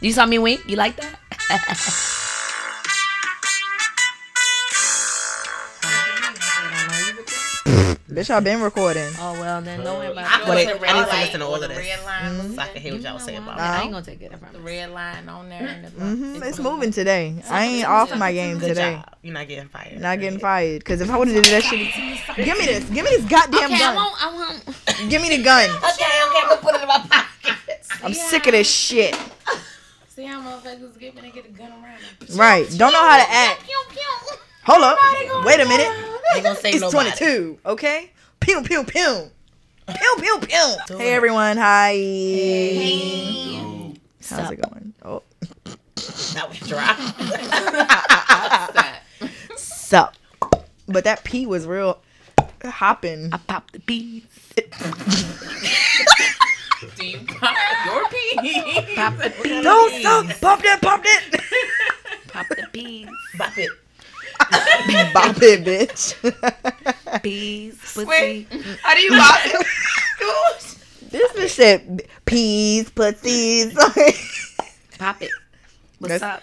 You saw me wink? You like that? Bitch, I've been recording. Oh well, then no one. I, I, go But to it- red I need to light listen to all or of the this. Red line Mm-hmm. so I can hear what y'all say about it. I ain't gonna take it. I The promise. red line on there. And the hmm bottom. It's moving today. I ain't off my game Good today. job. You're not getting fired. Not getting Period. fired. Cause if I would have did that shit, give me this. Give me this goddamn Okay, I gun. won't. I won't. Give me the gun. Okay, okay, I'm gonna put it in my pocket. I'm sick of this shit. See how motherfuckers get when they get a gun around them. Right. Don't know how to act. Hold up. Wait a minute. Ain't gonna save It's nobody. 22. Okay. Pew pew pew. Pew pew pew. Hey everyone. Hi. How's it going? Oh. That was dry. Stop. Sup. But that pee was real hopping. I popped the peas. Do you pop your pee? Pop the peas. Don't stop. Pop that. Pop that. Pop the peas. Bop it. Bop it, bitch. Peas. Pussy. Wait. How do you pop it? this is shit. Peas, pussies. Pop it. What's That's- up?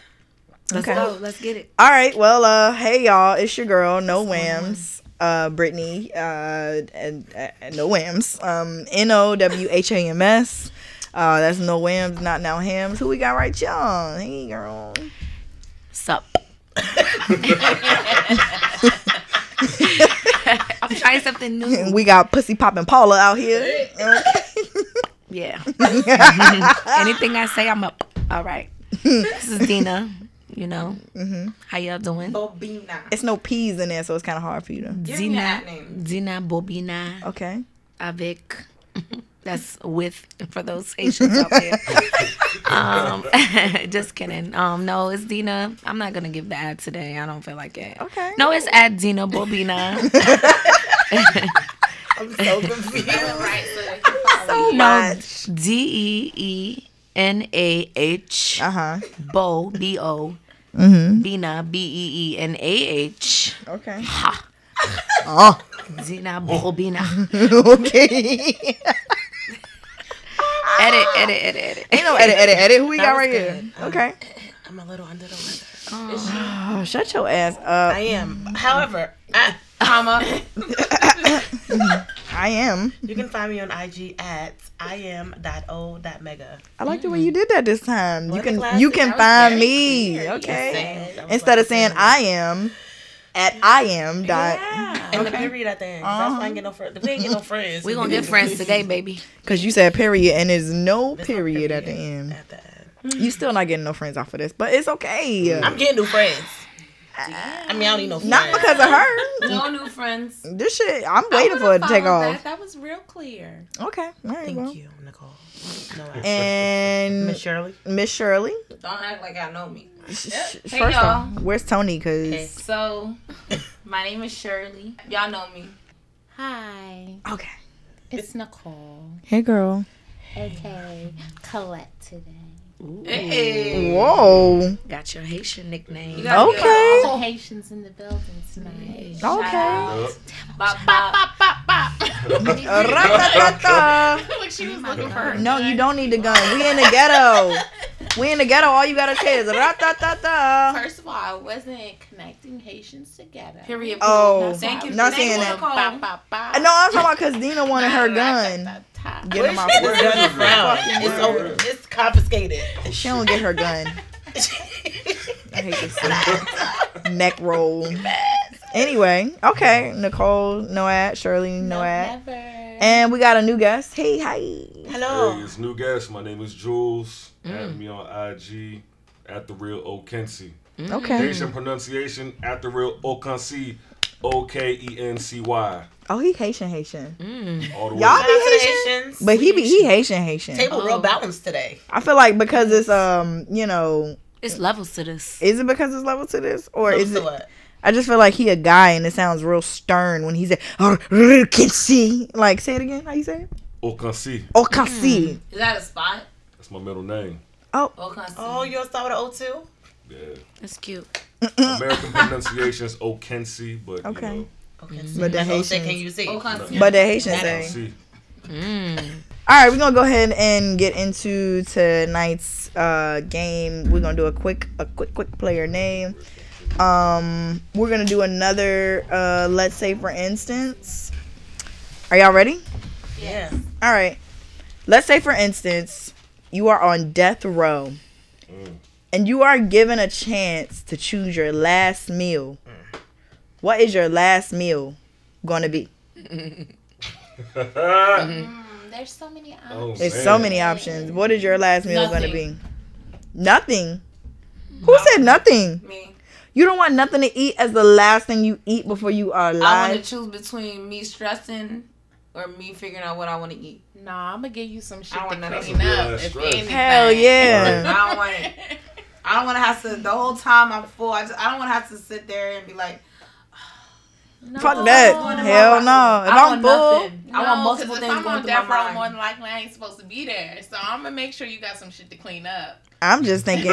Let's okay. go. Let's get it. All right. Well, uh, hey y'all, it's your girl, No Whams, uh, Brittany, uh, and, and No Whams, um, N O W H A M S. Uh, that's No Whams, not Now Hams. Who we got right, y'all? Hey, girl. Sup. I'm trying something new. We got Pussy Poppin' Paula out here. Yeah. Anything I say, I'm up. All right. This is Dina. You know, how y'all Oh. doing? Bobina. it's no peas in there, so it's kind of hard for you to. Give me Dina, that name. Dina Bobina Okay. avec. That's with for those Haitians out there. um, just kidding. Um, no, it's Dina. I'm not gonna give the ad today. I don't feel like it. Okay. No, it's at Dina Bobina. I'm so confused. Oh Right, so they can follow So no, much. D E E N A H. Uh huh. Bo B O Mm-hmm. Bina B E E N A H Okay. Ha Oh. Zina Bobina. okay. edit, edit, edit, edit. Ain't no edit, edit, edit. Who we got was right good. here? Okay. I'm a little under the weather. Oh, shut your ass up. I am. However, I, Comma. I am. you can find me on IG at I am dot o dot mega. I like the way you did that this time. What a you can Mm-hmm. classic. you can That was find very me. clear. Okay. Yes, I was Instead like, of saying I am at I am dot Yeah. And the period at the end. That's why I ain't get no friends. We ain't get no Uh-huh. friends. We gonna get friends today, baby. because you said period and there's no There's no period at the end. At the end. You still not getting no friends off of this, but it's okay. I'm getting new friends. I mean, I don't need no friends. Not because of her. No new friends. This shit, I'm waiting for it to take That. off. that was real clear. Okay. All right, Thank well. you, Nicole. No, I- Miss And Shirley. Miss Shirley, Don't act like I know me. sh- sh- Hey, first y'all. off, where's Tony? Cause Hey. So, my name is Shirley. Y'all know me. Hi, okay, it's Nicole. hey girl. Okay, Colette today. Hey. Whoa. Got your Haitian nickname. Oh. Yeah. Okay. Haitians in the building tonight. Okay. Bop, bop, bop, bop, bop. Ra-ta-ta-ta. Look, she was looking for her. No, you don't need the gun. We in the ghetto. We in the ghetto. All you gotta say is ra ta ta ta. First of all, I wasn't connecting Haitians together. Period. Oh, Thank you. not Thank saying you, that. Nicole. Bop, bop, bop. No, I'm talking about cause Dina wanted her gun. gun. Get him off This work. gun is brown. Fucking It's over. word. It's confiscated. She don't get her gun. I hate this thing. neck roll. Anyway, okay. Nicole, Noad, Shirley, Noad, Never. and we got a new guest. Hey, hi. Hello. Hey, it's new guest. My name is Jules. Mm. Add me on IG at the real Okensi. Mm. Okay. Haitian pronunciation at the real Okensi. O K E N C Y. Oh, he Haitian Haitian, All the Y'all way. Congratulations. but he be he Mm, Haitian Haitian. table Oh. real balanced today. I feel like because it's um you know It's levels to this. is it because it's level to this or Or is it what? I just feel like he a guy and it sounds real stern when he said Okasi. Like say it again. How you say it? "Oh, Okensi. Okasi. Is that a spot? That's my middle name. Okansi. Oh, you all start with an O two? Yeah. That's cute. American pronunciation is Okensi, but Mm. Okay. you know, Mm-hmm. Okay. But the That's all shit Haitians- Can you see? Okansi. But the Haitian say Okensi. All right, we're gonna go ahead and get into tonight's uh, game. We're gonna do a quick, a quick, quick player name. Um, we're gonna do another. Uh, let's say, for instance, are y'all ready? Yeah. All right. Let's say, for instance, you are on death row Mm. and you are given a chance to choose your last meal. What is your last meal going to be? Mm, There's so many options. Oh, There's man. so many options. What is your last meal going to be? Nothing. Nothing. Who said nothing? Me. You don't want nothing to eat as the last thing you eat before you are I want alive. to choose between me stressing or me figuring out what I want to eat. Nah, I'm gonna give you some shit I to want clean nothing. up. That's a real ass if stress. anything. Hell yeah. I don't want it. I don't want to have to the whole time I'm full. I just I don't want to have to sit there and be like, No. Fuck that. What's going in my Hell mouth? no. If I I'm want full, nothing. No, I want multiple 'cause things If I'm going on through my death row, mind. more than likely I ain't supposed to be there. So I'm gonna make sure you got some shit to clean up. I'm just thinking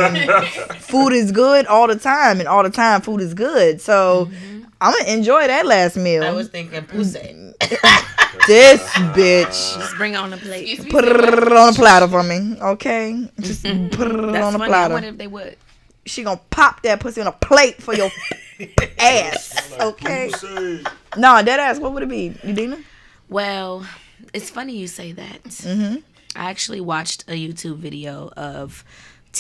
food is good all the time, and all the time food is good. So Mm-hmm. I'm gonna enjoy that last meal. "Mm, thinking pussy. this bitch. Just bring it on the plate. Put it on a platter for me, okay? Just put it That's on a funny. I platter. wonder if they would. She gonna pop that pussy on a plate for your ass, Like, okay? you say, Nah, that ass. What would it be, Udina? Well, it's funny you say that. Mm-hmm. I actually watched a YouTube video of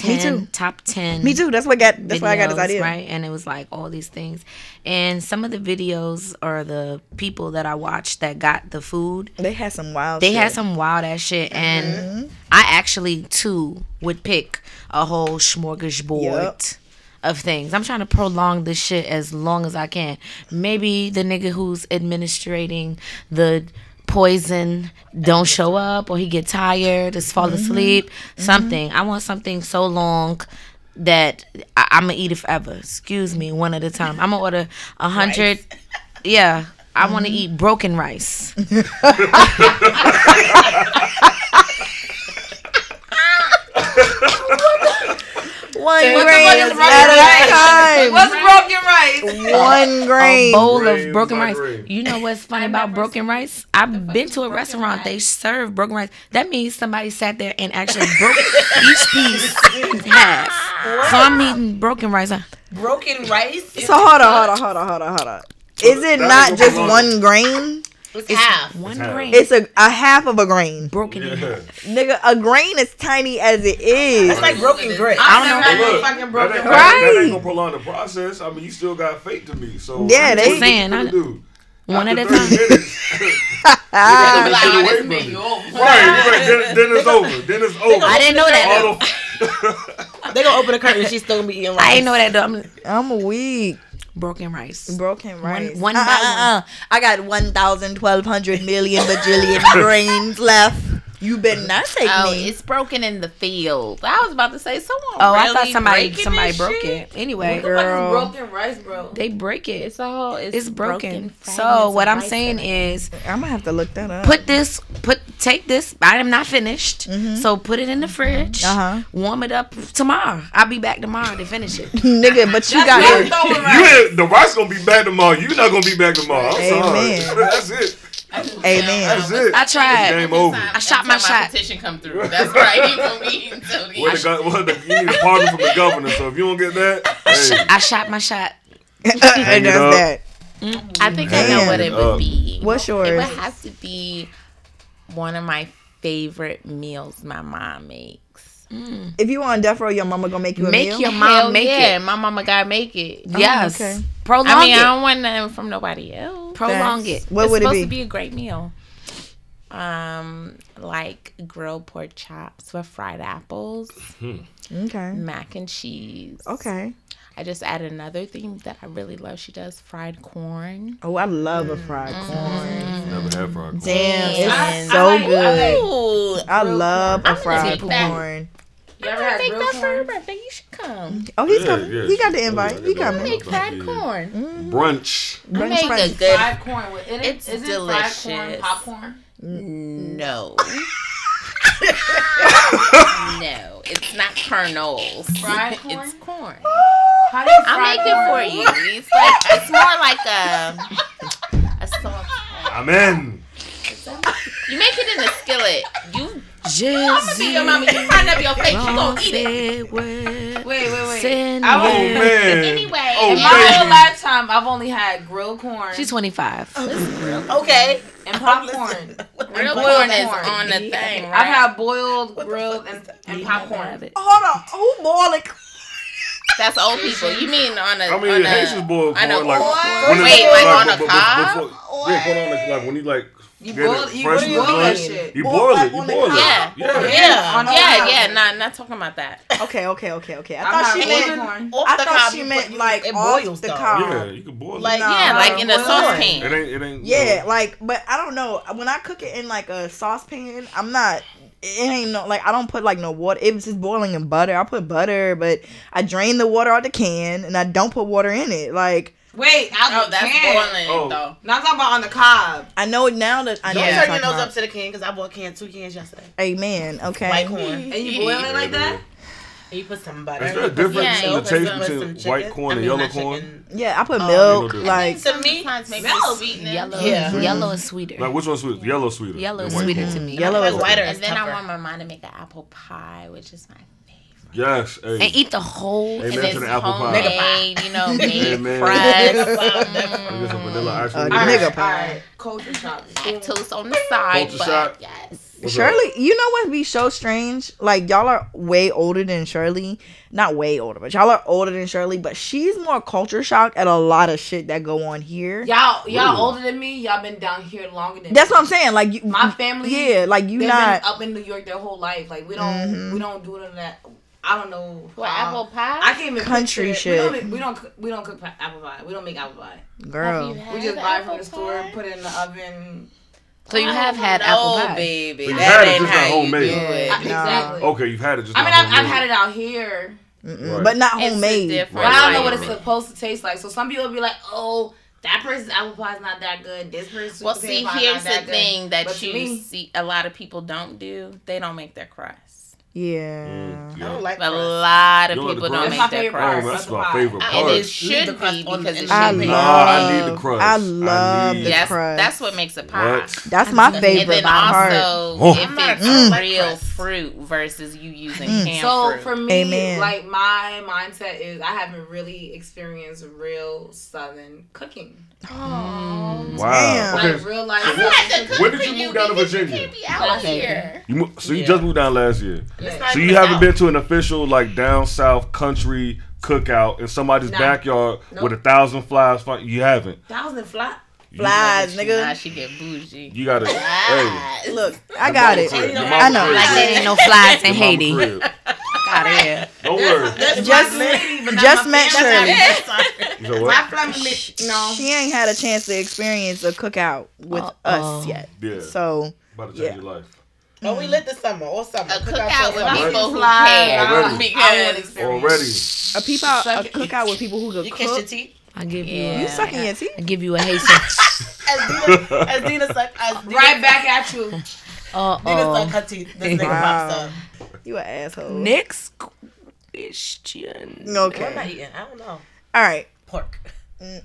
Me 10 too. top 10 Me too. That's what got. That's why I got this videos, idea. Right. And it was like all these things. And some of the videos or the people that I watched that got the food, They had some wild. they shit. Mm-hmm. had some wild ass shit. And I actually too would pick a whole smorgasbord. Yup. Of things. I'm trying to prolong this shit as long as I can. Maybe the nigga who's administrating the poison don't show up or he get tired, just fall Mm-hmm. asleep, something. I want something so long that I- I'm gonna eat it forever. Excuse me, one at a time. I'm gonna order a hundred. Yeah, I want Mm-hmm. to eat broken rice. one What grain the fuck at is right? a What's time. broken rice? One A grain. bowl Grain of broken is my rice. grain. You know what's funny about broken rice? I've been to a restaurant. They serve broken rice. That means somebody sat there and actually broke each piece in half. So I'm eating broken rice. Broken rice. So hold on, hold on, hold on, hold on, hold on. Is it That not is just wrong. one grain? It's half. One It's half. grain. It's a, a half of a grain. broken in half. yeah. Nigga, a grain is tiny as it is. It's like broken grit. I don't But know. look, Fucking broken that ain't, rice. that ain't gonna prolong the process. I mean, you still got fate to me, so Yeah, what they- you Saying, gonna I- do? One at After a 30 time. minutes, you Ah, gotta get away from it. Right, you're right. Then, then it's over. Then it's over. I didn't know that. All the- They gonna open the curtain. She's still gonna be eating rice. I didn't know that. Though. I'm I'm weak. broken rice. Broken rice. one by uh, uh, Uh-uh. uh. I got 1,1200 million bajillion grains left. You better not take Oh, me. it's broken in the field. I was about to say someone. Oh, I really thought somebody breaking somebody this broke shit? it. Anyway, Girl. What the fuck is broken rice, bro? they break it. It's all it's, It's broken. fragments So of what I'm rice saying in it. is. I'm going to have to look that up. put this put take this i am not finished so put it in the fridge Uh-huh. warm it up tomorrow i'll be back tomorrow to finish it Nigga, but you got Don't it. throw it You rice. ain't- the rice gonna be back tomorrow. You're not gonna be back tomorrow. I'm Amen. sorry. That's it. Amen. That's it. i tried Game over. I shot my shot. Petition come through. That's right. You gonna be eating till the Well, the, go- well, the, you need a pardon from the governor. So if you don't get that, hey, i shot my shot and Hang it that's up. that. I think I know Man. what it would Up. be. What's It would yours? have to be one of my favorite meals my mom makes. If you on death row, your mama gonna make you a Make meal. Oh, your mom Hell make yeah, it my mama gotta make it. yes okay. prolong I mean, it I don't want nothing from nobody else. prolong Facts. it What it's would it supposed be? to be a great meal. Um, like grilled pork chops with fried apples, okay. mac and cheese. Okay. I just added another thing that I really love. She does fried corn. Oh, I love a fried corn. never had fried corn. Damn, it's I- so I like- I good. Ooh, I love a I'm gonna fried take that. corn. You I'm ever gonna had make grilled that for her corn? birthday. You should come. Oh, he's Yeah, coming. yeah. he got the invite. Yeah, he yeah. coming. Make fried Yeah. corn. Brunch. I Brunch make fried- a good Fried corn. With, it, It's it's isn't delicious. fried corn popcorn? no. no, it's not kernels. Fried corn? It's corn. How do you I'll fry make it for corn? you. It's like it's more like a a sauce. Amen. You make it in the skillet. You see Jizzy. your mama. You find up your face. You gonna eat it. Wait, Wait, wait, wait. I I Oh won't- man. Anyway, Oh In my whole baby. lifetime, I've only had grilled corn She's 25. Okay. and popcorn. Real Boiled corn is corn. on the thing. Right? I've had boiled, What the grilled, fuck is and, and popcorn. Hold on. Who boiling? That's old people. You mean on a? I on mean, a, Haitians boil on a- corn like Wait, it's, like on a be- be- cob? before- Yeah, corn on the like when you like You get it boil, you fresh boil from you the that bush, shit. You Boil boil like it. You on the boil it. cob. Yeah. Yeah. On the Yeah, cob. yeah. Not not talking about that. Okay, okay, okay, okay. I I'm thought she not meant. boiled corn. Off I the thought cob, she you meant put- like it off boils the though. cob. Yeah, you can boil Like- it. Nah, yeah, like in a boiled. It saucepan. ain't. It ain't. Yeah, like, but I don't know. When I cook it in like a saucepan, I'm not. It ain't no like I don't put like no water. It was just boiling in butter. I put butter, but I drain the water out the can and I don't put water in it. Like Wait, I Oh, was that's boiling Oh. though. Now I'm talking about on the cob. I know it now that I know. Don't Yeah. Yeah. turn your nose up to the can because I bought can two cans yesterday. Amen. Okay. White corn. And you boil it like that? And you put some butter. Is there a you put some difference in Yeah, the milk, put taste some- between some white chicken- corn I and mean, yellow not chicken. corn? Yeah, I put Oh, milk. you know, like To me, maybe smells sweetening. Yellow, Yeah. yellow is sweeter. Like which one's sweeter? Yellow sweeter. Yellow is than white sweeter corn. to me. Yellow Because is- whiter is And then I tougher. want my mom to make an apple pie, which is my favorite. Yes. Hey. And eat the whole Amen And to thing. it's the apple pie. homemade, you know, made Amen. fresh. You get some vanilla ice cream. A All with nigga that. right, pie. all right. Culture shock. Toast on the side, Culture but shock. yes. What's up? Shirley, you know what be so strange? Like y'all are way older than Shirley. Not way older, but y'all are older than Shirley, but she's more culture shocked at a lot of shit that go on here. Y'all, y'all Ooh. older than me. Y'all been down here longer than That's me. what I'm saying. Like you My family, Yeah, like you They've not Mm-hmm. been up in New York their whole life. Like we don't, we don't do none of that. I don't know. What, how- apple pie? I can't even Country picture shit. it. We don't, we don't, we don't cook pi- apple pie. We don't make apple pie. girl. we just buy it from the store, put it in the oven. So you have had apple pie. baby. But you that had it just ain't not how you homemade. do it. I- no. Exactly. Okay, you've had it just. I mean, not I've, I've homemade. had it out here, Mm-mm. Right. But not It's a homemade. different but I don't know life. what it's Right. supposed to taste like. So some people be like, "Oh, that person's apple pie is not that good. This person's Well, sweet see, potato pie here's not that the good." thing that But to you me- see a lot of people don't do. They don't make their crust. Yeah. Mm, I don't yeah. like A crust. lot of You want the people crust? don't That's my make their favorite Oh, crust. that's part. my favorite And part. it Leave should the crust be on- because and it I should be. Nah, I need the crust. I love need- the Yes, crust. that's what makes a pie. What? That's my and favorite then by heart. also, Oh. if I'm not it's a crust like real crust. fruit versus you using Mm. canned So fruit. for me, Amen. like my mindset is, I haven't really experienced real Southern cooking, Mm. Wow. Damn. Okay. like real life. So what- Southern cooking. When did you move down to Virginia? out here. You mo- so you Yeah. just moved down last year. Yeah. not So even you haven't out. been to an official like down south country cookout in somebody's Nah. backyard Nope. with a thousand flies. fly- You haven't. Thousand fly. Flies, Nah, nigga. she get bougie. You gotta. hey, Look, I got it. Your mama I know. crib. Like there ain't no flies in Your mama Haiti. crib. Out of here. Don't worry. Just just met Shirley. You know what? No. She ain't had a chance to experience a cookout with us yet. Yeah. So About to change Yeah. your life. But we lit this summer. All summer. A Cook cookout with all summer. people who Flies. care. Already. Because Already. a peep out, a Second- cookout with people who could You kiss your cook. teeth. I give you. Yeah. A, You sucking your I teeth? give you a Haitian. As Dina, as Dina suck, as Dina, Right back at you. Uh Dina suck oh. her teeth. This nigga Wow. pops up. You an asshole. Next question. What am I Okay. eating? I don't know. All right. Pork.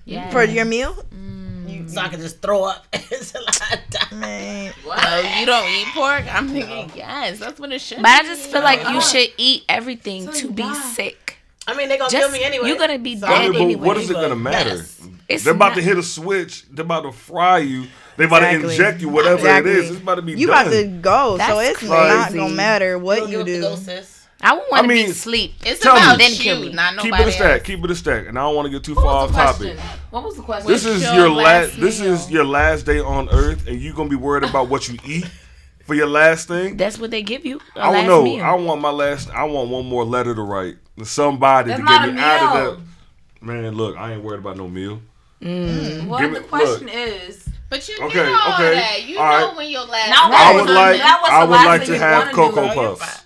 Yeah. For your meal, You, so I can just throw up until I die. man. Oh, you don't eat pork? I'm thinking, yes, that's what it should But I be. just feel like you should eat everything to be sick. I mean, they gonna Just kill me anyway. you're gonna be So I dead mean, but anyway. what is it gonna matter? Yes. It's They're about not- to hit a switch. They're about to fry you. They're about Exactly. to inject you, whatever Exactly. it is. It's about to be You done. about to go, so That's it's not crazy. gonna matter what You you don't give up do. the ghost, sis. I would want I to be mean, sleep. It's Tell about me. then Kill me. you, not keep nobody it a stack. else. Keep it a stack. And I don't want to get too What far was off the topic. question? What was the question? This is your your last. last this is meal? your last day on Earth, and you gonna be worried about what you eat for your last thing. That's what they give you. a I last don't know. meal. I want my last. I want one more letter to write to somebody That's to not get a me meal. out of that. Man, look, I ain't worried about no meal. Well, Give the me- question is. But you Okay, did all okay, that. You all know right. when your last Now I what? would That like. was the I would last like thing to you have wanna do, cocoa though. You're puffs,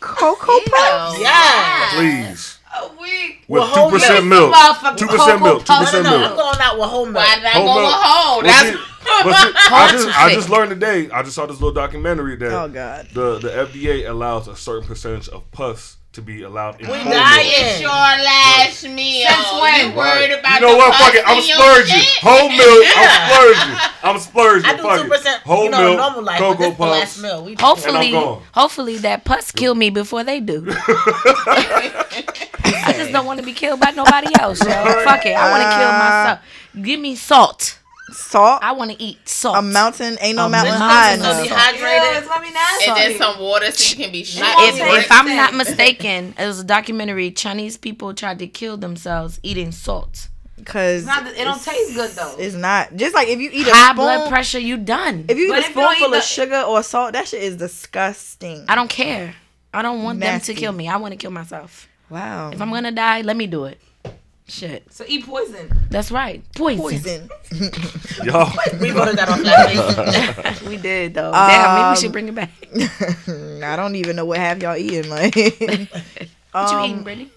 Cocoa puffs. Yeah. please, A week. with Well, two percent milk. Two percent milk. Two percent No, I'm milk. going out with whole milk. Why did I Whole go milk. with whole? Well, That's see- but see, I Whole just I toothpick. just learned today. I just saw this little documentary that Oh God. the the FDA allows a certain percentage of pus to be allowed in We Kosovo. dying. Your last meal. Since when? You Right. worried about You know the what? Fuck cost it. I'm of your splurging. shit? Whole milk. Yeah. I'm splurging. I'm splurging. I do Fuck it. two percent. Whole you know, milk. normal life. but Cocoa this the last puffs. meal. We just- Hopefully, gone. hopefully that pus kill me before they do. I just don't want to be killed by nobody else. Yo. Fuck it, I want to kill myself. Give me salt. Salt. I want to eat salt. A mountain ain't no A mountain mountain high is no enough. behind. Yeah, Dehydrated. it's gonna be nasty. And then some water so you can be shot. if, Salt. if I'm not mistaken, it was a documentary. Chinese people tried to kill themselves eating salt. Cause It's not- it don't taste good though. It's not just like if you eat a High spoon. blood pressure, you done. If you eat But a if you don't spoonful eat of the- sugar or salt, that shit is disgusting. I don't care. I don't want Nasty. them to kill me. I want to kill myself. Wow. If I'm gonna die, let me do it. Shit, so eat poison. that's right. Poison. poison. Y'all. We voted that off last week. we did though. Damn, maybe we Um, should bring it back. I don't even know what half y'all eating. Like, What Um, you eating, Brittany?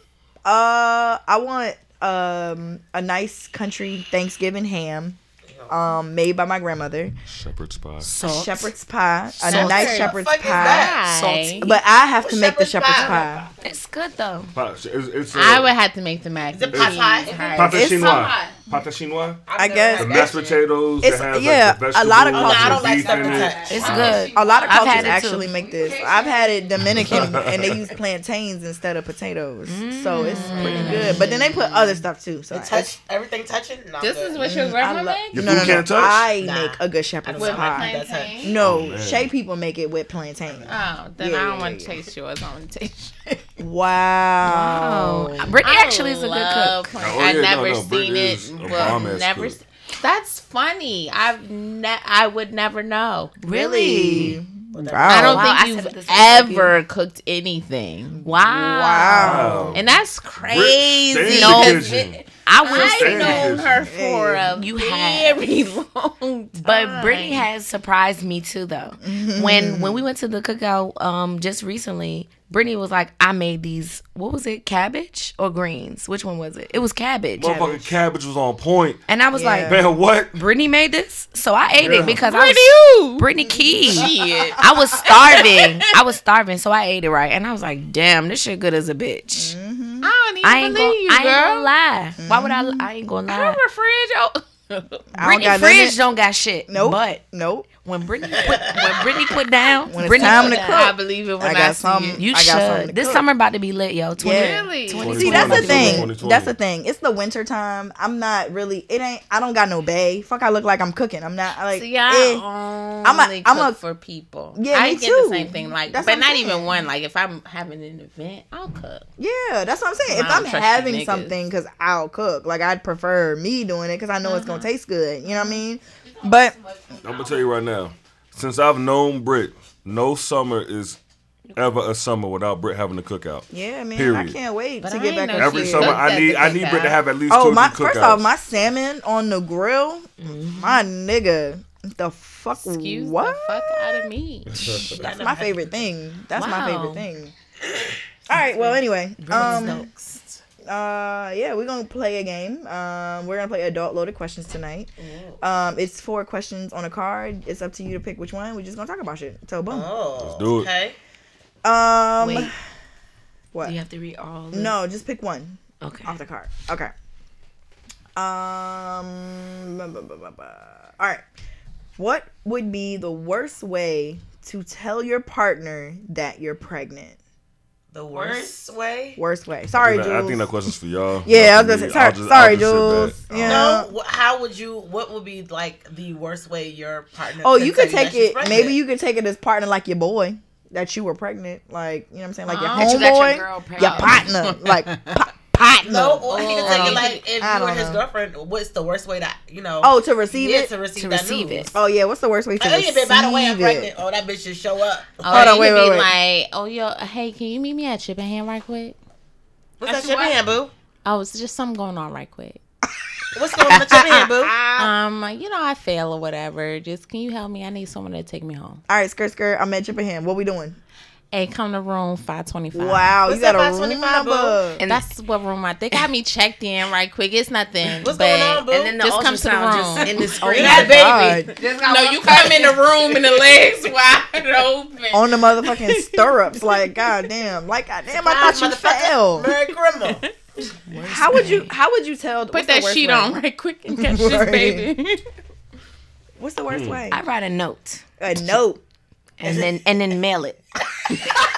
uh, I want um a nice country Thanksgiving ham, um, made by my grandmother. Shepherd's pie. Salt. Shepherd's pie, a Salt. nice The shepherd's fuck is pie. Salty. But I have to make the shepherd's shepherd's pie. pie? It's good though. Pie. It's, it's a, I would have to make the mac. The and pot cheese. pie. Pate It's chinois. Pate chinois. I guess The mashed potatoes. that It's- has, like, yeah, the a lot of vegetables cultures- Oh, and No, I don't like beef stuff in with it. that. It's Wow. good. A lot of I've cultures had it, too. actually make this. I've had it Dominican and they use plantains instead of potatoes, so it's pretty good. But then they put other stuff too. So Mm. It touch everything touching. No, This good. is what your I grandma love- makes? Mm, Your no, no, food no. can't touch? I Nah. make a good shepherd's With pie. That's her. plantain? No, Oh, Shay man. people make it with plantain. Oh, then Yeah, I yeah, don't want to yeah. taste yours. I want to taste. Wow. Oh, Brittany actually is a good cook. cook. Oh, I've yeah, no, never no, Brit seen is a it. Well, bomb-ass never. cook. s- That's funny. I've ne- I would never know. Really? Wow. Oh, I Wow, don't I said think this you've was ever cooked anything, Wow. Wow. and that's Brit, stay crazy. in No, the because kitchen. I will I've say Stand that. known is- her for a You have. very long time. But Brittany has surprised me too, though. Mm-hmm. when when we went to the cookout um, just recently, Brittany was like, "I made these. What was it? Cabbage or greens? Which one was it? It was cabbage." Motherfucking cabbage was on point. And I was like, Man, what? "Brittany made this, so I ate Yeah. it because Brittany, I who? was Brittany Key. Shit. I was starving. I was starving, so I ate it right, and I was like, "Damn, this shit good as a bitch." I don't even I ain't gonna, Mm-hmm. believe you, I ain't girl. Mm-hmm. gonna lie. Why would I? li- I ain't gonna lie. Her fridge. Oh. I don't Brittany got nothing- fridge don't got shit. Nope. But nope. when Brittany put, when Brittany put down, When it's Brittany time put to down. I believe it when I I, got see some- it. You I got something to should. This cook. summer about to be lit, yo. 20, Yeah. Really? See, that's the thing. 2020. That's the thing. It's the winter time. I'm not really. It ain't. I don't got no bay. Fuck. I look like I'm cooking. I'm not like. See, I eh. only I'm I'm a- a, for people. Yeah, I me get too. the same thing. Like, That's what but I'm not saying. even one. Like, if I'm having an event, I'll cook. Yeah, that's what I'm saying. If I don't I'm trust you having niggas. something, because I'll cook. Like, I'd prefer me doing it because I know it's Uh-huh. going to taste good. You know what I mean? But I'm gonna tell you right now. Since I've known Brit, no summer is ever a summer without Brit having a cookout. yeah, man, I Period. can't wait But to I get ain't back no up shit. Every here. summer, Looked I at need the I need Brit to cookout. have at least two Oh or my! three First cookouts. off, my salmon on the grill, my nigga. The fuck? Mm-hmm. Excuse what? the fuck out of me. That's my favorite thing. That's my favorite Wow. thing. All right. Well, anyway, um, uh, Stokes. yeah, we're gonna play a game. Um, we're gonna play adult loaded questions tonight. Um, it's four questions on a card. It's up to you to pick which one. We're just gonna talk about shit. So boom. Oh, Let's do it. Okay. Um, Wait. what? Do you have to read all? the- No, just pick one Okay. off the card. Okay. Um. bu- bu- bu- bu- bu- All right. What would be the worst way to tell your partner that you're pregnant? The worst way. Worst way. Sorry, I, Jules. think that- I think that question's for y'all. Yeah, I Not was for gonna say, me. sorry- I'll just- sorry, I'll just Jules. sit back. Yeah. No. wh- How would you? What would be like the worst way your partner? Oh, you tell could take that she's it. pregnant? Maybe you could take it as partner, like your boy that you were pregnant. Like you know what I'm saying, like your Oh. That you got your homeboy, girl your pregnant. partner, like pa- partner. No, or he could take Oh. it like if I you were don't his know. girlfriend. What's the worst way that you know? Oh, to receive yeah, it. to receive To that receive news. it. oh yeah, what's the worst way to Like, oh, yeah, receive babe, by the way, I'm it? pregnant. Oh, that bitch just show up. Oh, Hold you on, wait, could wait, be wait. like, oh, yo, hey, can you meet me at Japan right quick? What's that That's what- Japan, boo? Oh, it's just something going on right quick. What's going on with Japan, boo? Um, you know, I fail or whatever. Just can you help me? I need someone to take me home. All right, skirt, skirt. I'm at Japan. What we doing? Hey, come to room 525. Wow, What's you got a that 525, room boo? number. And that's what room I. They got me checked in right quick. It's nothing. What's but- going on, boo? And then the Just ultrasound come to the room. just in the Oh screen. my baby. God. Just got No, one you cut. come in the room and the legs wide open. On the motherfucking stirrups, like goddamn, like goddamn, I thought you fell. Merry Christmas. How would you? How would you tell? Put that sheet way? on right quick and catch this Right. baby. What's the Mm. worst way? I write a note A note. and then and then mail it.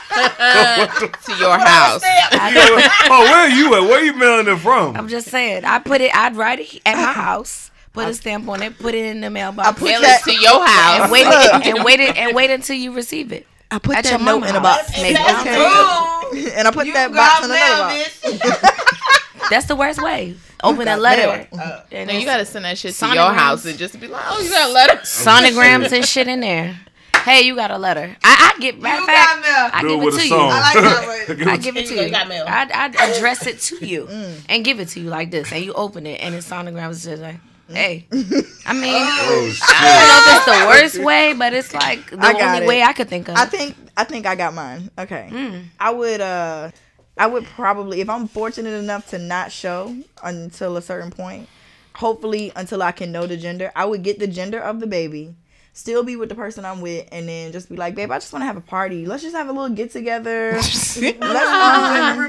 to your house. oh, where are you at? Where you mailing it from? I'm just saying. I put it. I'd write it at my house. Put a stamp on it. Put it in the mailbox. I put Mail that. it to your house. and wait and wait it- and wait until you receive it. I put at that your note mama in a house. box, If maybe. that's Okay. and I put that box in another box. That's the worst way. Open a got letter. Oh. and Now you it's gotta send that shit to your house and just be like, oh, you got a letter. sonograms and shit in there. Hey, you got a letter. I, I get matter of You fact, got mail. I Do give it with it a to song. you. I like that word. I give it to Here you go, you. you got mail. I'd, I'd address it to you and give it to you like this, and you open it, and it's sonograms just like, hey. I mean, oh, I shit. don't know if it's the worst way, but it's like the I got only it. way I could think of. I think I think I got mine. Okay. I would uh I would probably if I'm fortunate enough to not show until a certain point, hopefully until I can know the gender, I would get the gender of the baby, still be with the person I'm with, and then just be like, babe, I just wanna have a party. Let's just have a little get together. let's, um,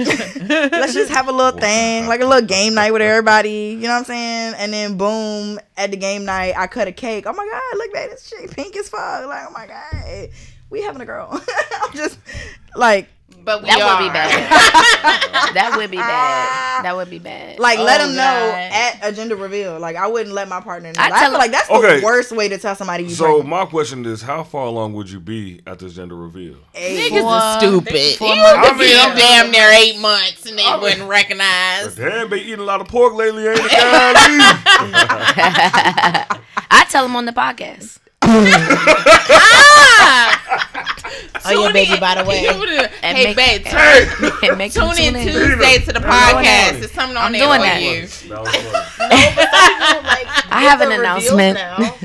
let's just have a little thing, like a little game night with everybody. You know what I'm saying? And then boom, at the game night, I cut a cake. Oh my god, look at this shit, pink as fuck. Like oh my god, we having a girl. I'm just like, But we that are. would be bad. that would be bad. That would be bad. like let Oh, them know God. at a gender reveal. Like I wouldn't let my partner know. I I, tell- feel like that's Okay. the worst way to tell somebody you So so, my question is, how far along would you be at this gender reveal? Niggas are stupid. Four you months. could be I mean, damn near eight months and they wouldn't recognize. Damn, been eating a lot of pork lately, ain't it? Golly. I tell them on the podcast. Oh, your baby, by the way. You would've- And hey, make- babe, turn, And make them tune in tune in. Tuesday to the podcast. There's something on I'm there doing for that. you. That was funny. I have an announcement.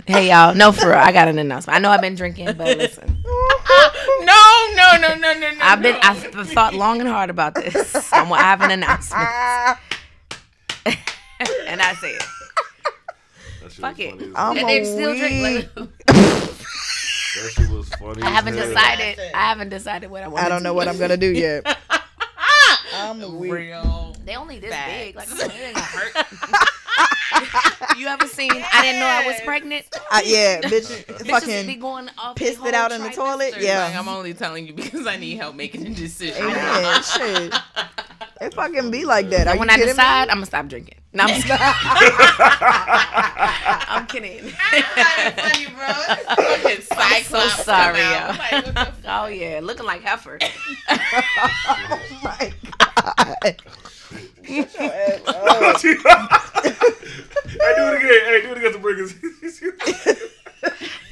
hey y'all, no for real, I got an announcement. I know I've been drinking, but listen, No, no, no, no, no, no. I've been I've been thought long and hard about this. I'm, I have an announcement, and I say it. That shit Fuck was it. funny as I'm And a they still drink. weak- Like, That shit was funny. I haven't decided. I haven't decided what I want. I don't know what I'm gonna do yet. I'm a weak. real. They only this Facts. big. Like, come on, it ain't gonna hurt. you ever seen? I didn't know I was pregnant. I, yeah, bitch, Bitches be fucking going off they pissed it whole out in the trimester. toilet. Like, Yeah. I'm only telling you because I need help making a decision. Amen. Shit. It fucking be like that. Are When you I kidding me? decide, I'm gonna stop drinking. No, I'm, just- I'm kidding. Fucking Cyclops come sorry, out. y'all. Like, what the fuck? Oh yeah, looking like heifer. Oh my god. hey, do it again. Hey, do it again to bring us.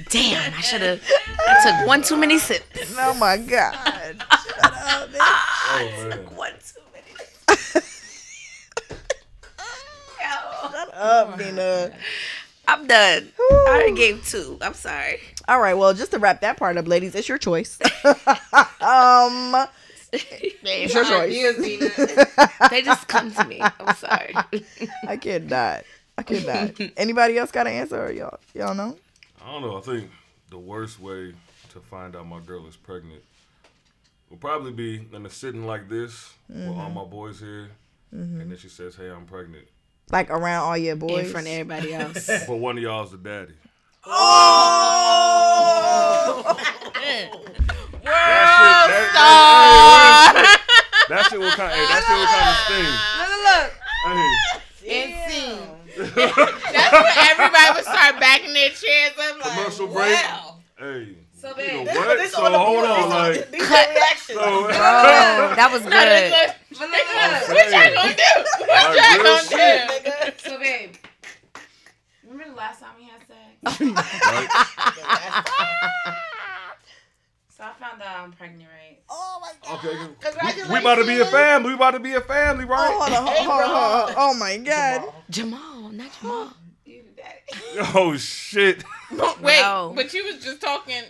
Damn, I should have. I took one too many sips. Oh my god. Shut up, bitch. oh, man. Shut up, Nina. I'm done. I already Whew. gave two. I'm sorry. All right, well, just to wrap that part up, ladies, it's your choice. um, it's your choice. They just come to me. I'm sorry. I cannot. I cannot. Anybody else got an answer? Or y'all, y'all know? I don't know. I think the worst way to find out my girl is pregnant will probably be in a sitting like this with all my boys here, and then she says, "Hey, I'm pregnant," Like around all your boys. In front of everybody else. but one of y'all's the daddy. Oh! that shit, that, hey, hey, hey, that shit will kind. Hey, that shit will kind of sting. Hey, That's when everybody would start backing their chairs up. Like, Commercial break. wow. hey. So, babe, what? So hold on, like. These are reactions. so- Oh, that was good. What y'all gonna do? What Like, y'all real gonna shit. do? So, babe, remember the last time we had sex? Right? So I found out I'm pregnant, right? Oh, Okay. we- We about to be a family. We about to be a family, Oh, right? hold on, hold on, hold on, hold on. Oh my god. Jamal, not Jamal. You the daddy. Oh, shit. Wait, No. but you was just talking.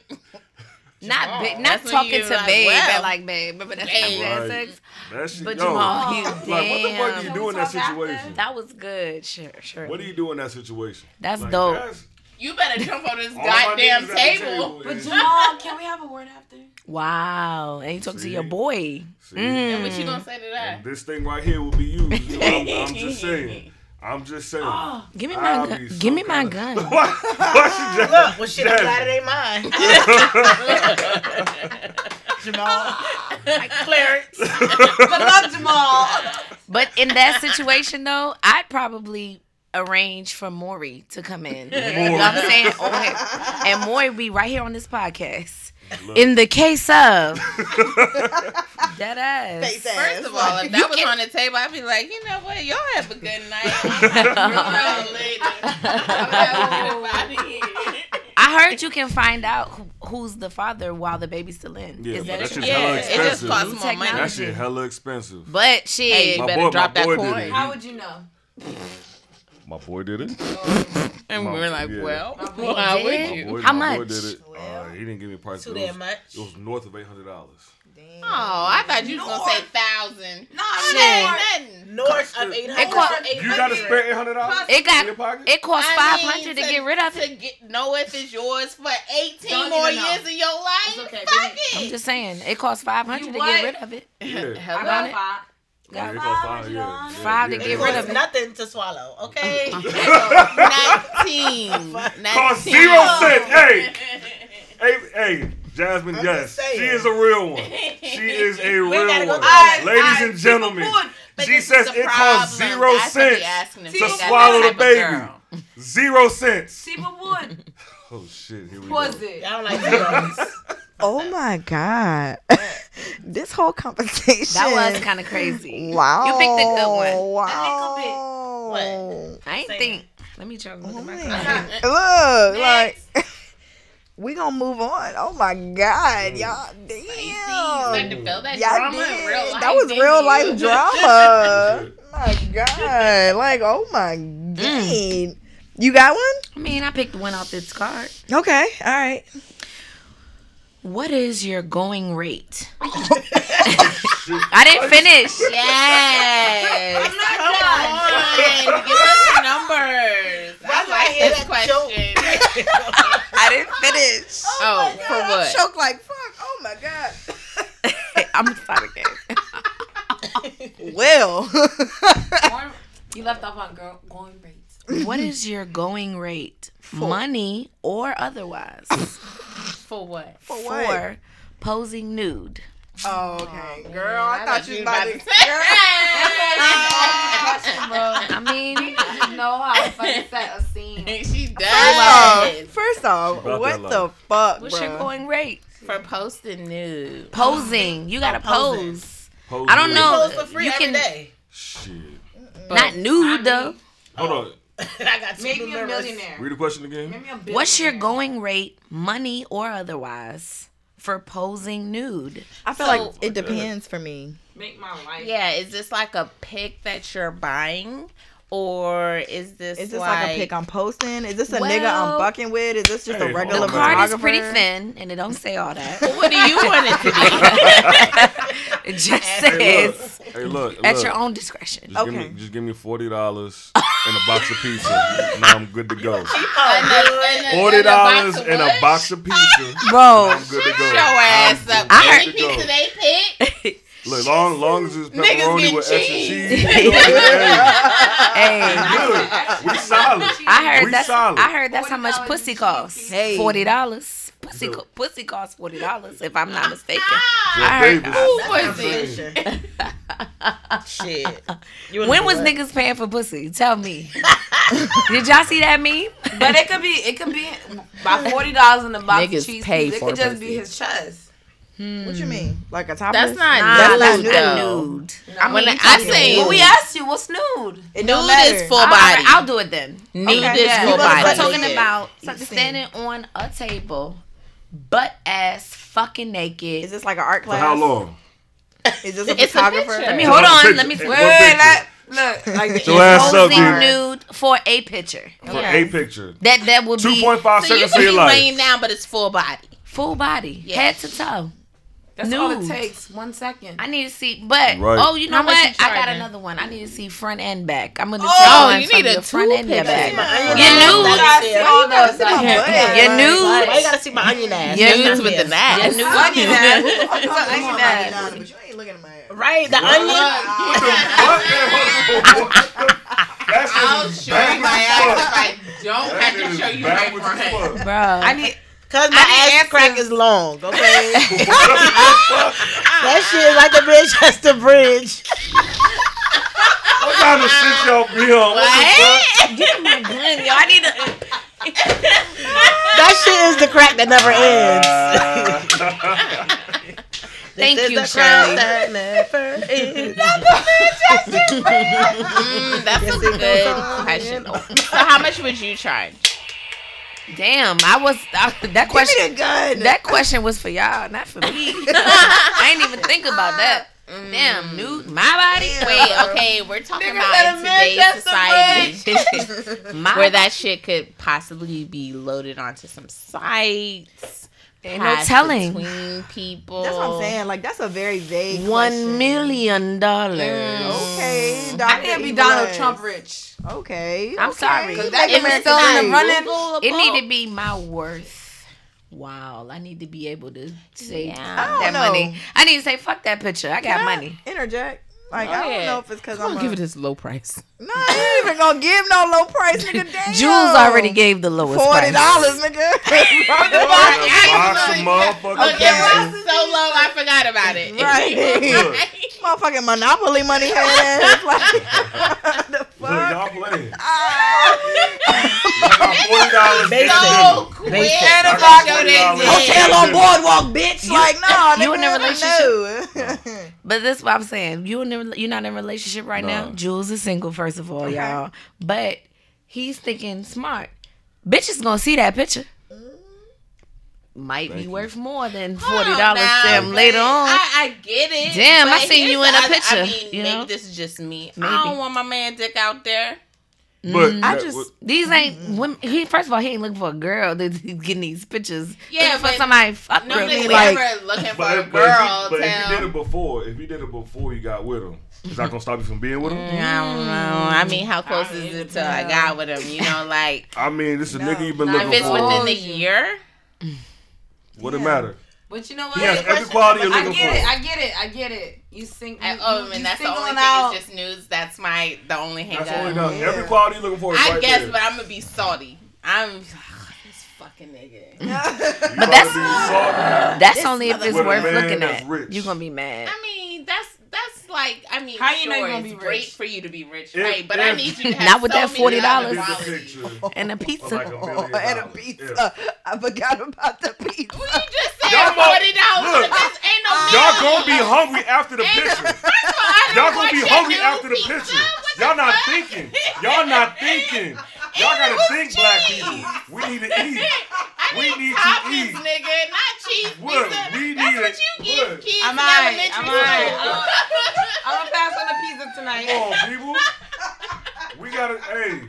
Not ba- not Oh, That's when talking you to like, babe, well, but like babe, but that's that's- dang. Right. that's- That shit, But yo, Jamal, you like, what the fuck do you damn. do in Can we that talk situation? after? That was good. Sure, sure. What do you do in that situation? That's dope. You better jump on this all my goddamn niggas at the table. and- But Jamal, can we have a word after? Wow, and you talk to See? your boy. See? And What you gonna say to that? And this thing right here will be used. You know, I'm, I'm just saying. I'm just saying. Give me I'll my be gun. so Give me my kinda- gun. Why- why she just- Look, well, shit, I'm Yes. glad it ain't mine. Jamal, like Clarence. But love Jamal. But in that situation though, I'd probably arrange for Maury to come in. You know what I'm saying? On here. And Maury be right here on this podcast. Look. In the case of that ass. Face ass. First of all, if that was on the table, I'd be like, you know what, y'all have a good night. Mm. I'm later. I'm gonna get up out of here. I heard you can find out who, who's the father while the baby's still in. Yeah, Is but that that true? shit's hella Yeah, it just expensive. costs more money. Technology. That shit hella expensive. But shit, Hey, you My better boy- drop my that boy did coin. it. How would you know? My boy did it. And My- we were like, yeah. well, boy why did. would My you? boy, How my much? Boy did it. Well, uh, he didn't give me a price. Too but it damn was- much. It was north of eight hundred dollars. Oh, I thought you was gonna say thousand. No, I'm That not. ain't nothing. North of 800. It cost- or 800. You gotta spend eight hundred dollars. It got- in your pocket. it costs I five mean, hundred to, get rid of it. To get know if it's yours for 18 Don't more even know. years of your life. It's okay, Fuck baby. I'm it. just saying, it costs five hundred You to what? get rid of it. yeah. I Got got it. five. Yeah, it Got cost five five, yeah, hundred yeah, Five yeah, to yeah. get It rid of was nothing to swallow, okay? 19. 19. Cost zero Oh. cents. Hey, hey, hey, Jasmine. I'm yes, just saying. she is a real one. She is a real gotta go one. through that. Ladies and gentlemen, But she this is says the it costs problem. zero That's what they cents. asking if to you got that swallow the type of baby. girl. Zero cents. See, but what Oh shit! Here we was go. it? I don't like zeros. Oh my god. this whole conversation. That was kind of crazy. Wow. You picked a good one. Wow. I ain't Say think. Let me try to look Oh at my my phone. God. Look, like we gonna move on. Oh my god, y'all Like damn. to feel that Y'all drama in real did. life. That was didn't real you? life drama. my god. Like, oh my god. You got one? I mean, I picked one off this card. Okay. All right. What is your going rate? I didn't finish. Yes. I'm not done. Come on, give us the numbers. That's why I hear This that joke. question. I didn't finish. Oh, for I what? choked like fuck. Oh my god. I'm sorry, guys. Well. Lauren, You left off on girl going rates. What is your going rate? Money or otherwise? For what? For what? for posing nude. Oh, okay. Girl, I, thought you was about to. I mean, I just know how to fucking set a scene. she First off, does. first off, She about what that the life. fuck, what's your bro? going rate? For posting nude. Posing. You gotta posing. pose. Pose I don't it. know. Goes for free You every can- day. Shit. Not nude though. Hold on. I got two Make me a numerous. millionaire. Read the question again. Make me a billionaire. What's your going rate, money or otherwise, for posing nude? I feel So- like it depends for me. Make my life. Yeah, is this like a pic that you're buying? Or is this, Is this like, a pic I'm posting? Is this a nigga Well- I'm bucking with? Is this just Hey, a regular hold on. Card is photographer? pretty thin, and it don't say all that. What do you want it to be? It just Hey, look. says Hey, look. at look. your own discretion. Just Give Okay. me, just give me forty dollars and a box of pizza. and I'm good to go. Forty dollars and a box of pizza. Bro, I'm good to go. Shut your ass I'm up. good I heard- Any to go. pizza they pick, Look, long, long as it's pepperoni getting with extra cheese. cheese. you know, hey, hey. good. We solid. I We heard that's solid. I heard that's how much $40 pussy cheese costs. pizza. Hey. Forty dollars. Pussy No. co- pussy costs forty dollars if I'm not mistaken. Jeff heard Davis. Ooh, I'm pussy. saying, Shit. You wanna When do was what? niggas paying for pussy? Tell me. Did y'all see that meme? But it could be, it could be by forty dollars in the box Niggas of cheese. pay pizza. It for could just pussy. be his chest. What you mean? Like a top? that's not Nah, nude. that's though. not nude. I When mean, I I say- say Well, we asked you, what's nude? It Nude don't matter. is full body. I'll do it then. nude Okay, is yeah. full You gonna body. We're Right. talking Yeah. about You've seen. standing on a table, butt ass fucking naked. Is this like an art For class? how long? Is this a It's a photographer? picture. let me Hey, hold what on. picture? Let me Hey, wait, what wait, picture? Look, like the Your ass up, posing dude. nude for a picture. For a picture. That that would Two be point five So you seconds of can your be life. laying down, but it's full body. Full body, Yes. head to toe. That's all it Nudes. takes. One second. I need to see, but Right. oh, you know How much what? you I got charging? another one. I need to see front and back. I'm gonna take Oh, one you from need a your front and your back. two-picture. I see all those. My I- butt. Your Why you nudes, gotta see my onion ass? your Nudes with the nudes, ass. your I get that. nudes. I get that. But you ain't looking at my ass. Right, the onion. What the fuck? That's I'll just show you my bad ass if I don't That have shit to is show you my backwards as front. fuck. bro. I need cause my I need ass crack answers. is long. Okay, that shit is like the Manchester Bridge. What kind of shit y'all be on? What Yo, I need to. That shit is the crack that never ends. the fuck? Uh, Thank Uh, This is you, the Shirley. crack that never ends. Mm, that's a good question. So, how much would you charge? Damn, I was I, that question. That question was for y'all, not for me. I ain't even think about that. Damn, nude, my body. Wait, okay, we're talking Nigga said about a in man today's just a society Wait, my where that shit could possibly be loaded onto some sites. Ain't no passed telling. Between people. That's what I'm saying. Like that's a very vague. one question. million dollars. Okay, I Dr. need to be Evil Donald ass. Trump rich. Okay, I'm okay. sorry. Make That America is still in the great. running. Googleable. It need to be my worth. Wow, I need to be able to say don't that know. money. I need to say fuck that picture. I got Can I money. Interject. Like I ahead. don't know if it's because I'm I'm. gonna a- give it this low price. No, you ain't even gonna give no low price, nigga. Damn. Jules already gave the lowest forty price. dollars, nigga. Box of Look, motherfucking it was things. so low, I forgot about it. right. Look, Motherfucking monopoly money head ass. Like the look, fuck. y'all playing. I got forty dollars. So quick. Basic. to Basic. show they did. Hotel on boardwalk, bitch. like no, you nigga, in a relationship? No. But this is what I'm saying. You in a, rela- you're not in a relationship right now. No. Jules is single, first of all, y'all. But he's thinking smart. Bitch is gonna see that picture. Might be Thank you. worth more than Hold forty dollars now, to him but later on. I, I get it. Damn, I but seen you here's in a the other- picture, I mean, you know? maybe this is just me. Maybe. I don't want my man dick out there. But Mm-hmm. I Mm-hmm. that just was- these ain't women. He first of all, he ain't looking for a girl. That he's getting these pictures. Yeah, Yeah, for but- somebody fuck No with me. nigga like- ever looking for but, a if- but, if girl. you, but if you did tell- it before, if you did it before you got with him, is that gonna stop you from being with him? I don't know. I mean, how close is it to I got with him? You know, like I mean, this is a No. nigga you've been Nah, looking if it's for. within the year, what it matter? But you know what? He has every quality you're I looking get it. for. I get it. I get it. You sing. I, you- oh you- man, you that's the singling only thing. out- Is just news. That's my the only hang That's up. only done. Yeah. Every quality you're looking for is I right guess, there. but I'm gonna be salty. I'm this fucking nigga. You But gotta that's- be soft That's only if it's with a worth man looking that's at. rich. You're gonna be mad. I mean, that's that's like I mean, How you sure, know you gonna it's be great rich? for you to be rich, If- right? But I if- need you to have Not with so that many $40. other Here's the qualities. picture. Oh, And a for pizza. like a million and a dollars. pizza. Yeah. I forgot about the pizza. You just said Y'all mo- forty dollars. Look. Ain't no Y'all meal. gonna be hungry after the picture. That's why I Y'all don't gonna want be your hungry new after the pizza. picture. What the Y'all not fuck? thinking. Y'all not thinking. Y'all gotta was think, black cheese. people. We need to eat. I We need need to toppings, eat. nigga, not cheese What? pizza. We need That's a- what you give what? kids I'm in alright, elementary I'm school. alright. I'm gonna pass on the pizza tonight. Come on, people. We gotta. Hey,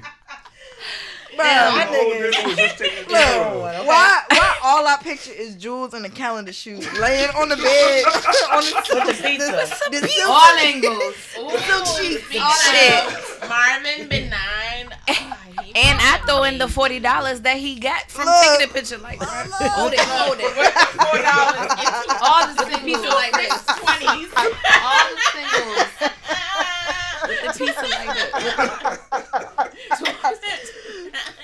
Bro, the I whole think it's- nigga was just taking Look, care of. why why all I picture is Jules in a calendar shoot laying on the bed on the, With the pizza. the, the silk- All angles. Ooh, cheese. big All that. shit. Marvin Benign. Oh, he And I fucking throw in the amazing. forty dollars that he got from Look. taking the picture. Like, that. hold it, hold it. four dollars. It's All the singles. pizza like uh, this. Twenties. All the singles. The pizza like that.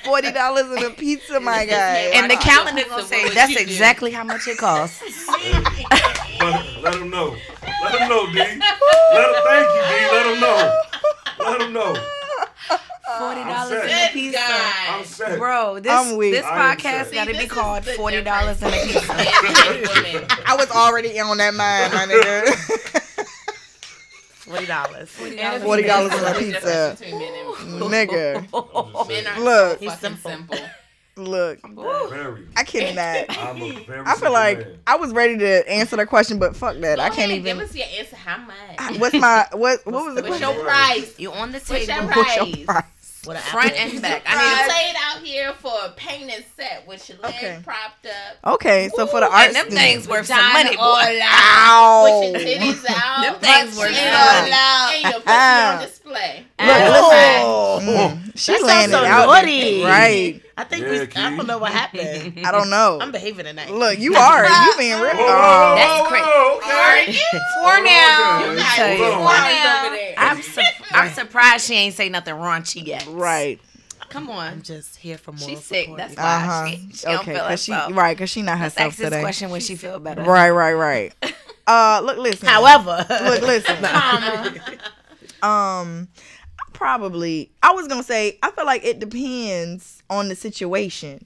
forty dollars in a pizza, my guy. And the Why not? calendar That's gonna the say worst that's you do. exactly how much it costs. Let, let him know. Let him know, D. Let him thank you, D. Let him know. Let him know. Forty I'm dollars in set. a pizza. I'm set. Bro, this I'm weak. this I am podcast set. got to See, be this called is the forty dollars in a difference pizza. between men and women. I was already on that mind, my nigga. Forty dollars. Forty dollars. Forty dollars in a That's the pizza, difference between men and women. nigga. I'm just saying. Men are Look. so fucking simple. simple. Look, Very. I cannot. I'm a very. I feel simple like man. I was ready to answer the question, but fuck that. I Go can't ahead, even. Give us your answer. How much? What's my what? What was the What's your question? price? You on the What's your table? price? What's your price? With an Front apple. and back. I I need. laid out here for a painted set with your leg Okay. propped up. Okay, so for the To, art and them student. things worth some money, all boy. Ow. With your titties out. Them things were your chin good. out, And your pussy on display. Oh. Look, Ah. listen. Mm-hmm. She That sounds landed so out. naughty. Right. I think Yeah, we. I Key. don't know what happened. I don't know. I'm behaving tonight. Look, you are. You being real. Oh, That's crazy. okay. Oh, For now. You guys Hold are on. wild. I'm, su- I'm surprised she ain't say nothing raunchy yet. right. Come I'm on. just here for more. She's sick. support. That's why Uh huh. she, she don't Okay, feel cause she herself. right, cause she not Let's herself ask this today. question when she feel better. Right, right, right. Uh, look, listen. However, Look, listen. um, I probably. I was gonna say. I feel like it depends on the situation.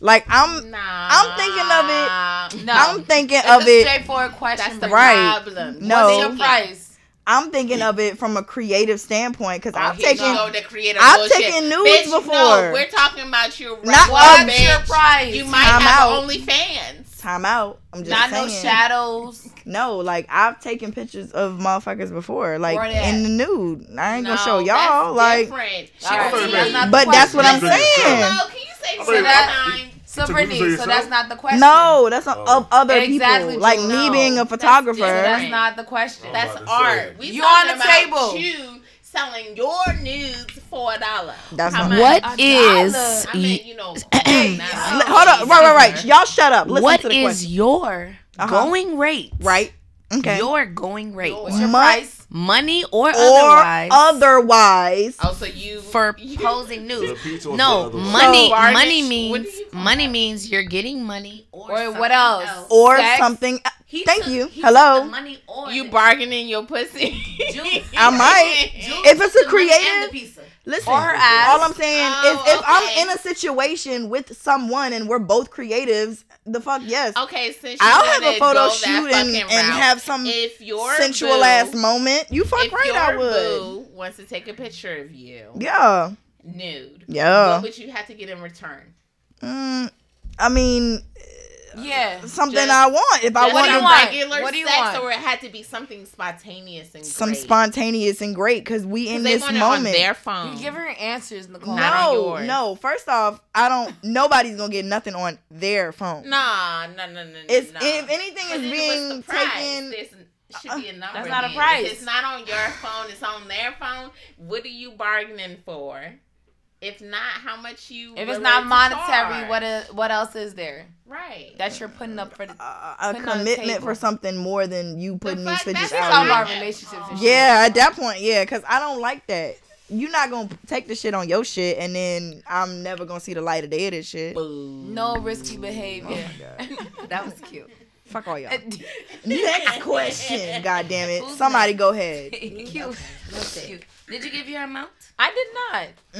Like I'm, Nah. I'm thinking of it. No. I'm thinking It's of a it. straightforward question. That's the Right. problem. No. What's your your price? price. I'm thinking of it from a creative standpoint because I'm taking. Oh, Go to creative I've bullshit. taken nudes Bitch, before. No, we're talking about you right Not now, of- bitch. Your price. You You might Time have out. OnlyFans. Time out. I'm just not saying. no shadows. No, like I've taken pictures of motherfuckers before, like Where they in the nude. I ain't No, gonna show y'all, that's like, different. All Alright. right, that's not the but that's what I'm That's different. saying. Hello, can you say I'm so like, that I'm- time? So It's a Brittany, loser so yourself. that's not the question. No, that's not Oh. of other Exactly, people. Like Jewel, me no. being a That's photographer. That's not the question. I'm That's about to art. say. We You talking on the about table. You selling your nudes for a dollar. That's How not- much? What is dollar. I y- mean, you know. okay, L- now- Hold up, right, right, right. Y'all shut up. Listen what to the is question. your Uh-huh. going rate? Right? Okay. Your going rate, Yours. What's your Price. money or, Or otherwise, otherwise, Oh, so you for you- posing The nudes. pizza was the No, other one. money. money So- Varnish, what means do you call money that? means you're getting money or, Or something what else? or Sex. something. He Thank took- you. he took Hello? the money or you the- bargaining your pussy. Juice. I might. Juice If it's took the money a and creative- the pizza. Listen, Or her ass. all I'm saying Oh, is if okay. I'm in a situation with someone and we're both creatives, the fuck yes. Okay, since you I'll have a photo go shoot that and, fucking and route, have some if your sensual boo, ass moment. You fuck If right, your I would. boo wants to take a picture of you Yeah, nude, yeah. what would you have to get in return? Mm, I mean, Yeah. something Just- I want. If I Just What do you wanted like want? regular What do you sex, want? or it had to be something spontaneous and some great? spontaneous and great, because we 'Cause in they this want it on moment. their phone. Um, You give her answers, Nicole. Not on no, yours. no. First off, I don't. Nobody's gonna get nothing on their phone. Nah, nah, nah, nah, nah. It's nah. if anything But is then being what's the price? taken. There's- should be a number. Uh, That's not a then. price. If it's not on your phone. It's on their phone. What are you bargaining for? If not, how much you? If it's willing not to monetary, charge? what is, what else is there Right. that you're putting up for? The, uh, a Putting on the commitment table. for something more than you putting these fuck? bitches she's That's Oh, talking yeah. out. about relationships. and shit. Yeah, at that point, yeah, because I don't like that. You're not gonna take the shit on your shit, and then I'm never gonna see the light of day of this shit. No risky behavior. that was cute. Fuck all y'all. Next question. God damn it. Who's Somebody go ahead. Mm, cute. cute. Did you give your amount? I did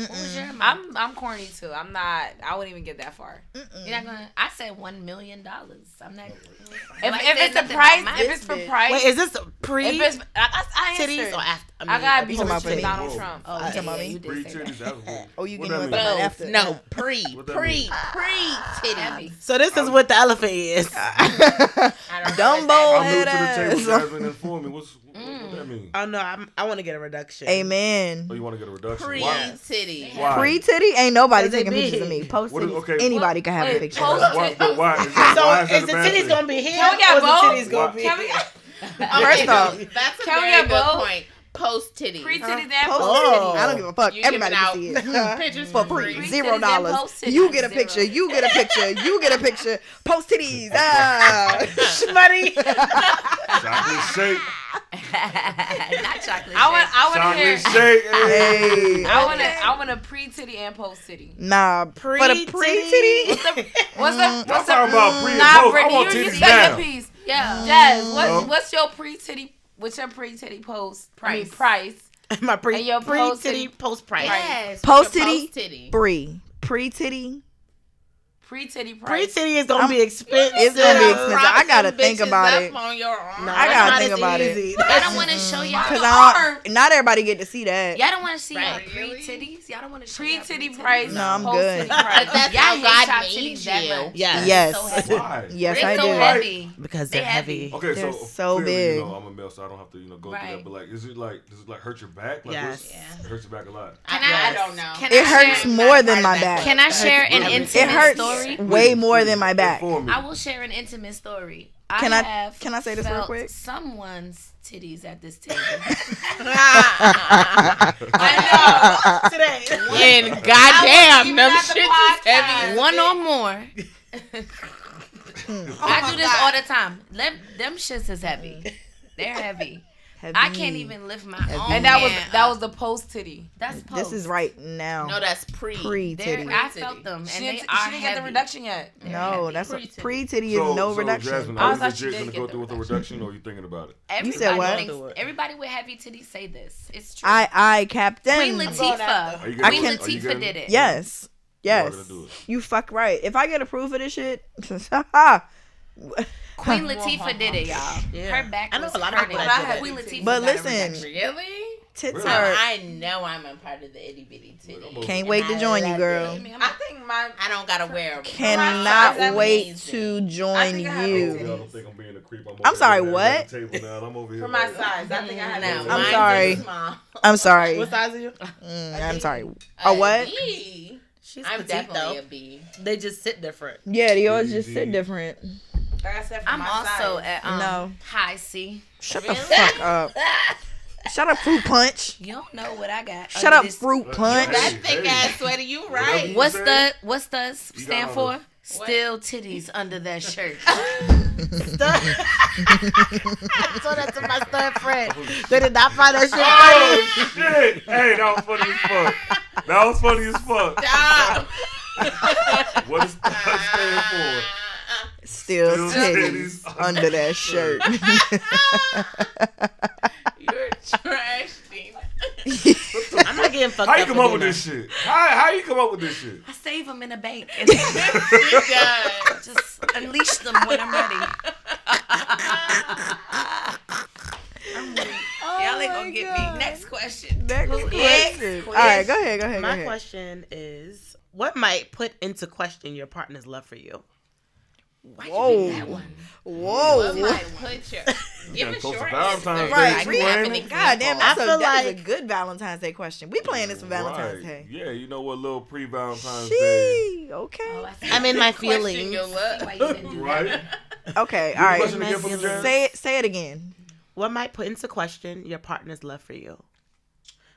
not. What was your amount? I'm I'm corny too. I'm not. I wouldn't even get that far. You're not gonna. I said one million dollars. I'm not. If, Nobody if said it's a nothing price, about if mine. it's for bitch. price, Wait, is this pre if it's I, I, I titties answered. or after? I, mean, I gotta be Talking about with for me. Donald Whoa. Trump. Oh, yeah, Somebody. yeah, you Free did say that. titties afterward. Uh, Oh, you What getting I with mean? somebody after? No, pre, What that pre, mean? pre titties. so this is what the elephant is. I don't know Dumbo I'm new head to the table. ass. Um, Jasmine informed me. What's what, what that mean? oh no, I'm, I want to get a reduction. Amen. Oh, you want to get a reduction? Pre Why? titties. Why? Free titty? Ain't nobody 'Cause they taking pictures of big. me. Post What is- titties. okay. Anybody can have a Wait, picture. post- Why, but why? Is that, So why is is, that a the bad titties thing? gonna be here? Can we get or is the both? titties gonna Why- be? Can we get First off, that's a Can we very get good both? point. Post titties. pre titties Post and titties. I don't give a fuck. You giving Everybody out can see it. Pictures For Free free, titties zero and post dollars. titties. You get a Zero. picture. You get a picture. You get a picture. Post titties. Ah. Schmutty. Chocolate shake. not chocolate. I want I want to Chocolate hear. shake. Hey. Hey. I want to I want a pre titty and post titty. Nah, pre for the pre titty. What's the I'm what's the talking about pre and Nah, post. I want Brittany, you, you titties said now. your piece. Yeah. Jazz, No. what's, what's your pre titty? What's your pre titty post price? I mean, price. My pre And your pre post titty titty- post price. Yes. Post your titty? Post titty. Three. Pre titty. Free titty price. Free titty is gonna be expensive. It's gonna be expensive. Prop I gotta some think bitches about up it. On your arm. No, I that's gotta not think as about it. easy. I don't want to Mm-hmm. show y'all Cause the I arm. don't, not everybody get to see that. Y'all don't want to see y'all Right. pre titties. Y'all don't want to show Free y'all titty pre-titties. price. No, I'm whole good. titty price. But that's Y'all how hate God y'all made titties that you. much. Yes. Yes, Why? yes, They're I so do. heavy. Because They they're heavy. Okay, They're so so clearly, big. You know, I'm a male, so I don't have to, you know, go through Right. that. But like, is it like, does it like hurt your back? Like, Yes. what's- Yeah. It hurts your back a lot. Can I- I, I don't know. Can It I hurts share- more part than my of that. back. Can I share an It intimate It hurts story? way more than my back. Inform me. I will share an intimate story. Can I- have can I say this real felt quick? Someone's titties at this table. Today. And goddamn, even them at the shit is heavy. One or more. I do this all the time. Them, them shits is heavy. They're heavy. I Mm. can't even lift my own. And that was Yeah. that was the post titty. that's This post. is right now. No, that's pre. pre They're- titty. I Titty. felt them, and She they didn't, she are didn't heavy. get the reduction yet. They're No, heavy. that's a Pre-titty. pre titty is no reduction. Jasmine, I are was you like, she legit did gonna get go the through with the reduction, or you thinking about it? Everybody said what? Thinks, everybody with heavy titties say this. It's true. I I Queen captain. Latifah. Are you I Queen can't- are Oh, you getting- Latifah did it. Yes, Y'all yes. gotta do it. You fuck right. If I get approved for this shit, but Queen Latifah did it, y'all. Yeah. Her back. I know was a lot of hurting. people that did But that. Queen Latifah. got a listen, Really? tits Really? No, hurt. I know I'm a part of the itty bitty titty. I'm over Can't And wait to I join you, love girl. it. I think my I don't gotta wear 'em. Cannot That's wait to amazing. I join think I have it. you. I don't think I'm being a creep. I'm, I'm sorry, what? for my size, I think I had No, that. mine's I'm is sorry. small. I'm sorry. What size are you? Mm, I'm sorry. A what? E. B. She's I'm petite definitely a though. B. They just sit different. Yeah, they always just sit different. Like I said, for I'm my also size. at um, No. high C. Shut the fuck up. Shut up, fruit punch. You don't know what I got. Shut under up, this- fruit punch. That Hey, thick hey. ass sweater, you Whatever you right. What's say. the what's the s- You stand got all for? Still titties under that shirt. So that's my third friend. They did not find that shit funny. Oh shit! Hey, that was funny as fuck. That was funny as fuck. Stop. What does that stand for? Still Still titties titties under that shirt. You're trash, Dina. I'm not getting fucked How up. you come for up with dinner. this shit? How how you come up with this shit? I save them in a bank and then She does. just unleash them when I'm ready. I'm weak. Y'all ain't gonna get Oh me. Next question. Next question. All right, go ahead, go ahead, go My ahead. question is what might put into question your partner's love for you? Whoa, Like, whoa. put your. You Give got a close to short Valentine's answer. Day. Right, Like, we have an having example. goddamn. I That's a, feel that's a like- good Valentine's Day question. We playing this for Valentine's Right. Day. Yeah, you know what, little pre Valentine's Day. She okay, I'm in my Question feelings. your love. Right? okay, all Question right. again for the judge? Say it, say it again. What might put into question your partner's love for you?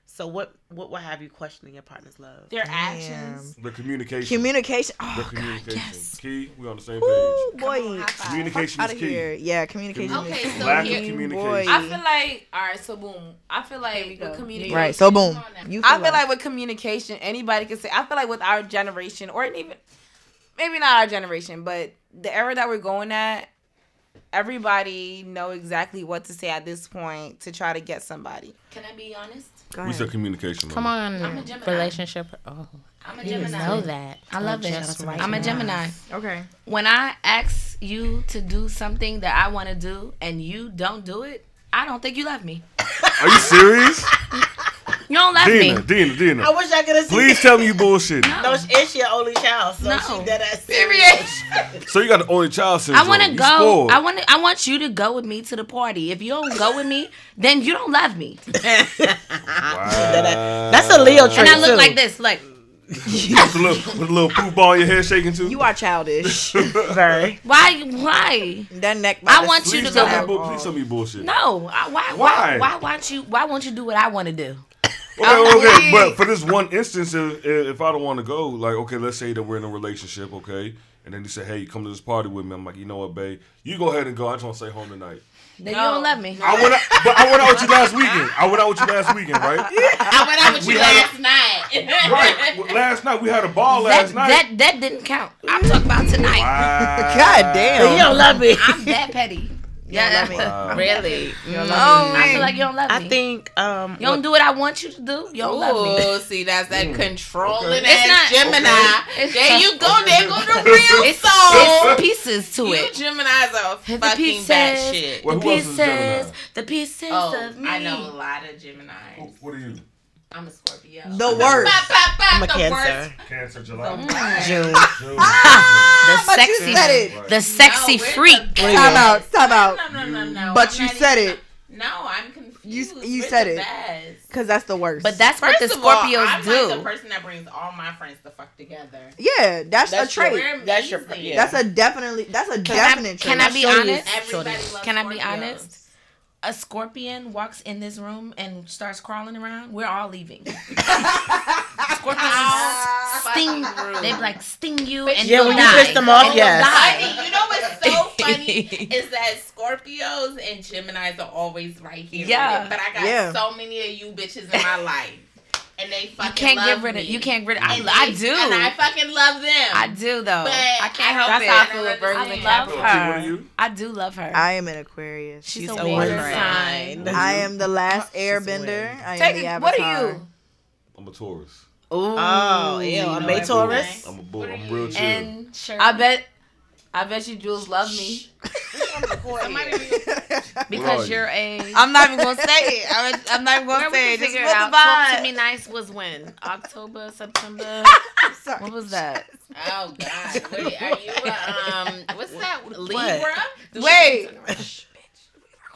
So what what will have you questioning your partner's love? Their Damn. actions. The communication. Communication. The Oh God, communication. yes. Key, we on the same Ooh, page. boy, Communication out is of key. here. Yeah, communication. is Okay, key. so Lack here- of Boy. communication. I feel like all right. So boom. I feel like with communication. Right. So boom. You I feel like with communication, anybody can say. I feel like with our generation, or even maybe not our generation, but the era that we're going at, everybody know exactly what to say at this point to try to get somebody. Can I be honest? Go We said ahead. communication. Come I'm a on, Gemini. relationship. Oh, I'm a you Gemini. know that. I love Just this. right I'm a now. Gemini. Okay. When I ask you to do something that I want to do and you don't do it, I don't think you love me. Are you serious? You don't love Dina, me. Dina, I Dina. wish I could have seen Please tell me you bullshit. No, it's your only child, so No. she dead ass Period. So you got the only child syndrome. I want to You go. spoiled. I want. I want you to go with me to the party. If you don't go with me, then you don't love me. Wow. That's a Uh, Leo trait And I look too. like this. Like with, a little, with a little poop ball in your hair shaking too. You are childish. Very. why? Why? that neck. I want you please to tell go. me. bull- Please tell me bullshit. No. I, why, Why? why? Why? won't you? Why won't you do what I want to do? Okay, okay, but for this one instance, if, if I don't want to go, like, okay, let's say that we're in a relationship, okay, and then you say, hey, come to this party with me. I'm like, you know what, babe, you go ahead and go. I just want to stay home tonight. Then you don't love me. I went, out, but I went out with you last weekend. I went out with you last weekend, right? I went out with We you had a- last night. Right. Well, Last night we had a ball That, last night. that that didn't count. I'm talking about tonight. wow. God damn. You don't love me. I'm that petty. Yeah. Yeah. Love me. Really? love No. I feel like you don't love me. I think um you don't do what I want you to do. You don't love me. Ooh, see, that's that controlling Okay. It's not- ass Gemini. It's- There you go. There go the real It's, soul. it's pieces to You it. Gemini's are The fucking pieces, bad shit. the Well, who else is a pieces, Gemini? the pieces Oh, of me. I know a lot of Geminis. What are you? I'm a Scorpio. The worst. Pop, pop, pop, I'm a the cancer. Cancer, July. Mm. June. June. The But sexy, you said it. Right. the sexy No, we're freak. the Time out. Time out. No, no, no, no, no. But I'm you not said even- it. No, I'm confused. you We're said the it. best. Cause that's the worst. But that's First what the of all, Scorpios I'm do. Like the person that brings all my friends the fuck together. yeah, that's, That's a trait. true. We're That's your- amazing. yeah. That's a definitely. That's a can I, definite can I trait. be Show you. honest? Everybody Shorty. loves Can I be Scorpios. honest? A scorpion walks in this room and starts crawling around. We're all leaving. Scorpions sting. Fucking They rude. like sting you But and yeah, you'll when you die. piss them off, And you'll yes. Funny. die. You know what's so funny is that Scorpios and Geminis are always right here. with Yeah. it. But I got Yeah. so many of you bitches in my life. And they fucking You can't love get rid of. me. You can't get rid. Of, I, And I they- do. And I fucking love them. I do though. But I can't help that's it. How I feel with with Virgos Virgo I and and love What Capricorn. are her. you? I do love her. I am an Aquarius. She's, She's a, a water water sign. sign. I am the last She's a airbender. wig. I am Take the it- avatar. what are you? I'm a Taurus. Oh, ew, you I'm know a Taurus. I'm a bull. What are I'm you? real chill. And sure. I bet, I bet you Jules love me. Somebody be- What are because you? you're a. I'm not even gonna say it. I was, I'm not even Where gonna we say can it. Just figure feel it out. the Talk to me vibe. nice was when October, September. Sorry. What was that? Oh God! Wait, are you a, um? What's that? Libra? Do Wait. you- Shh.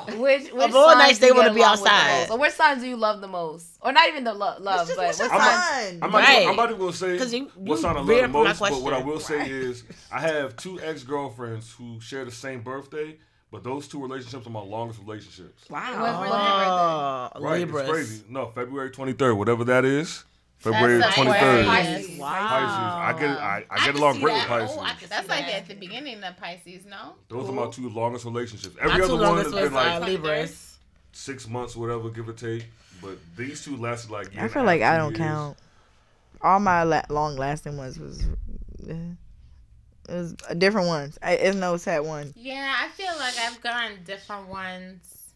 Which, which Of all signs nights, do they you wanna get be along with the outside. most? Or which signs do you love the most? Or not even the lo- love, Just but what's which your signs? I'm not- sign? I'm Right. not, even- I'm not even gonna say 'Cause you- what you sign I love veered the from my most, but what I question. will say is I have two ex girlfriends who share the same birthday, but those two relationships are my longest relationships. What- what- Oh, Right, Libras. it's crazy. No, February 23rd, whatever that is. February That's like 23rd. Pisces. Pisces. I get I, I get can along see great that. with Pisces. Oh, I can- that's like at the beginning of Pisces, no? Those are my two longest relationships. My Every other two one has longest was been uh, like Libras. six months, whatever, give or take. But these two lasted like. a year I and feel a like half, I two don't years. count. All my la- long lasting ones was. eh, It was a different ones. I, it's no set one. Yeah, I feel like I've gotten different ones,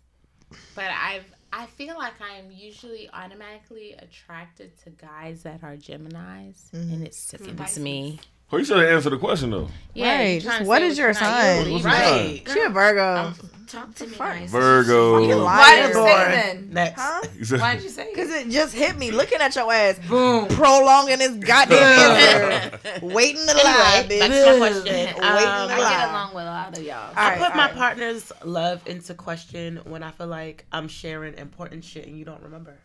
but I've I feel like I'm usually automatically attracted to guys that are Gemini's, and it's sickens me. Well, you should have answered the question though. Yeah, Right, you trying just to what say is your you're not, sign? you're What's Libra. mine? She a Virgo. Talk to me nice. You Virgo. lying. Why did you Libra. say it then? Next. Huh? You said- Why did you say it? Cause it just hit me looking at your ass. Boom. Prolonging this goddamn answer. Waiting to lie, Anyway, bitch. back to my question. Waiting to Um, lie. I Get along with a lot of y'all. All I right, put all my right. partner's love into question when I feel like I'm sharing important shit and you don't remember.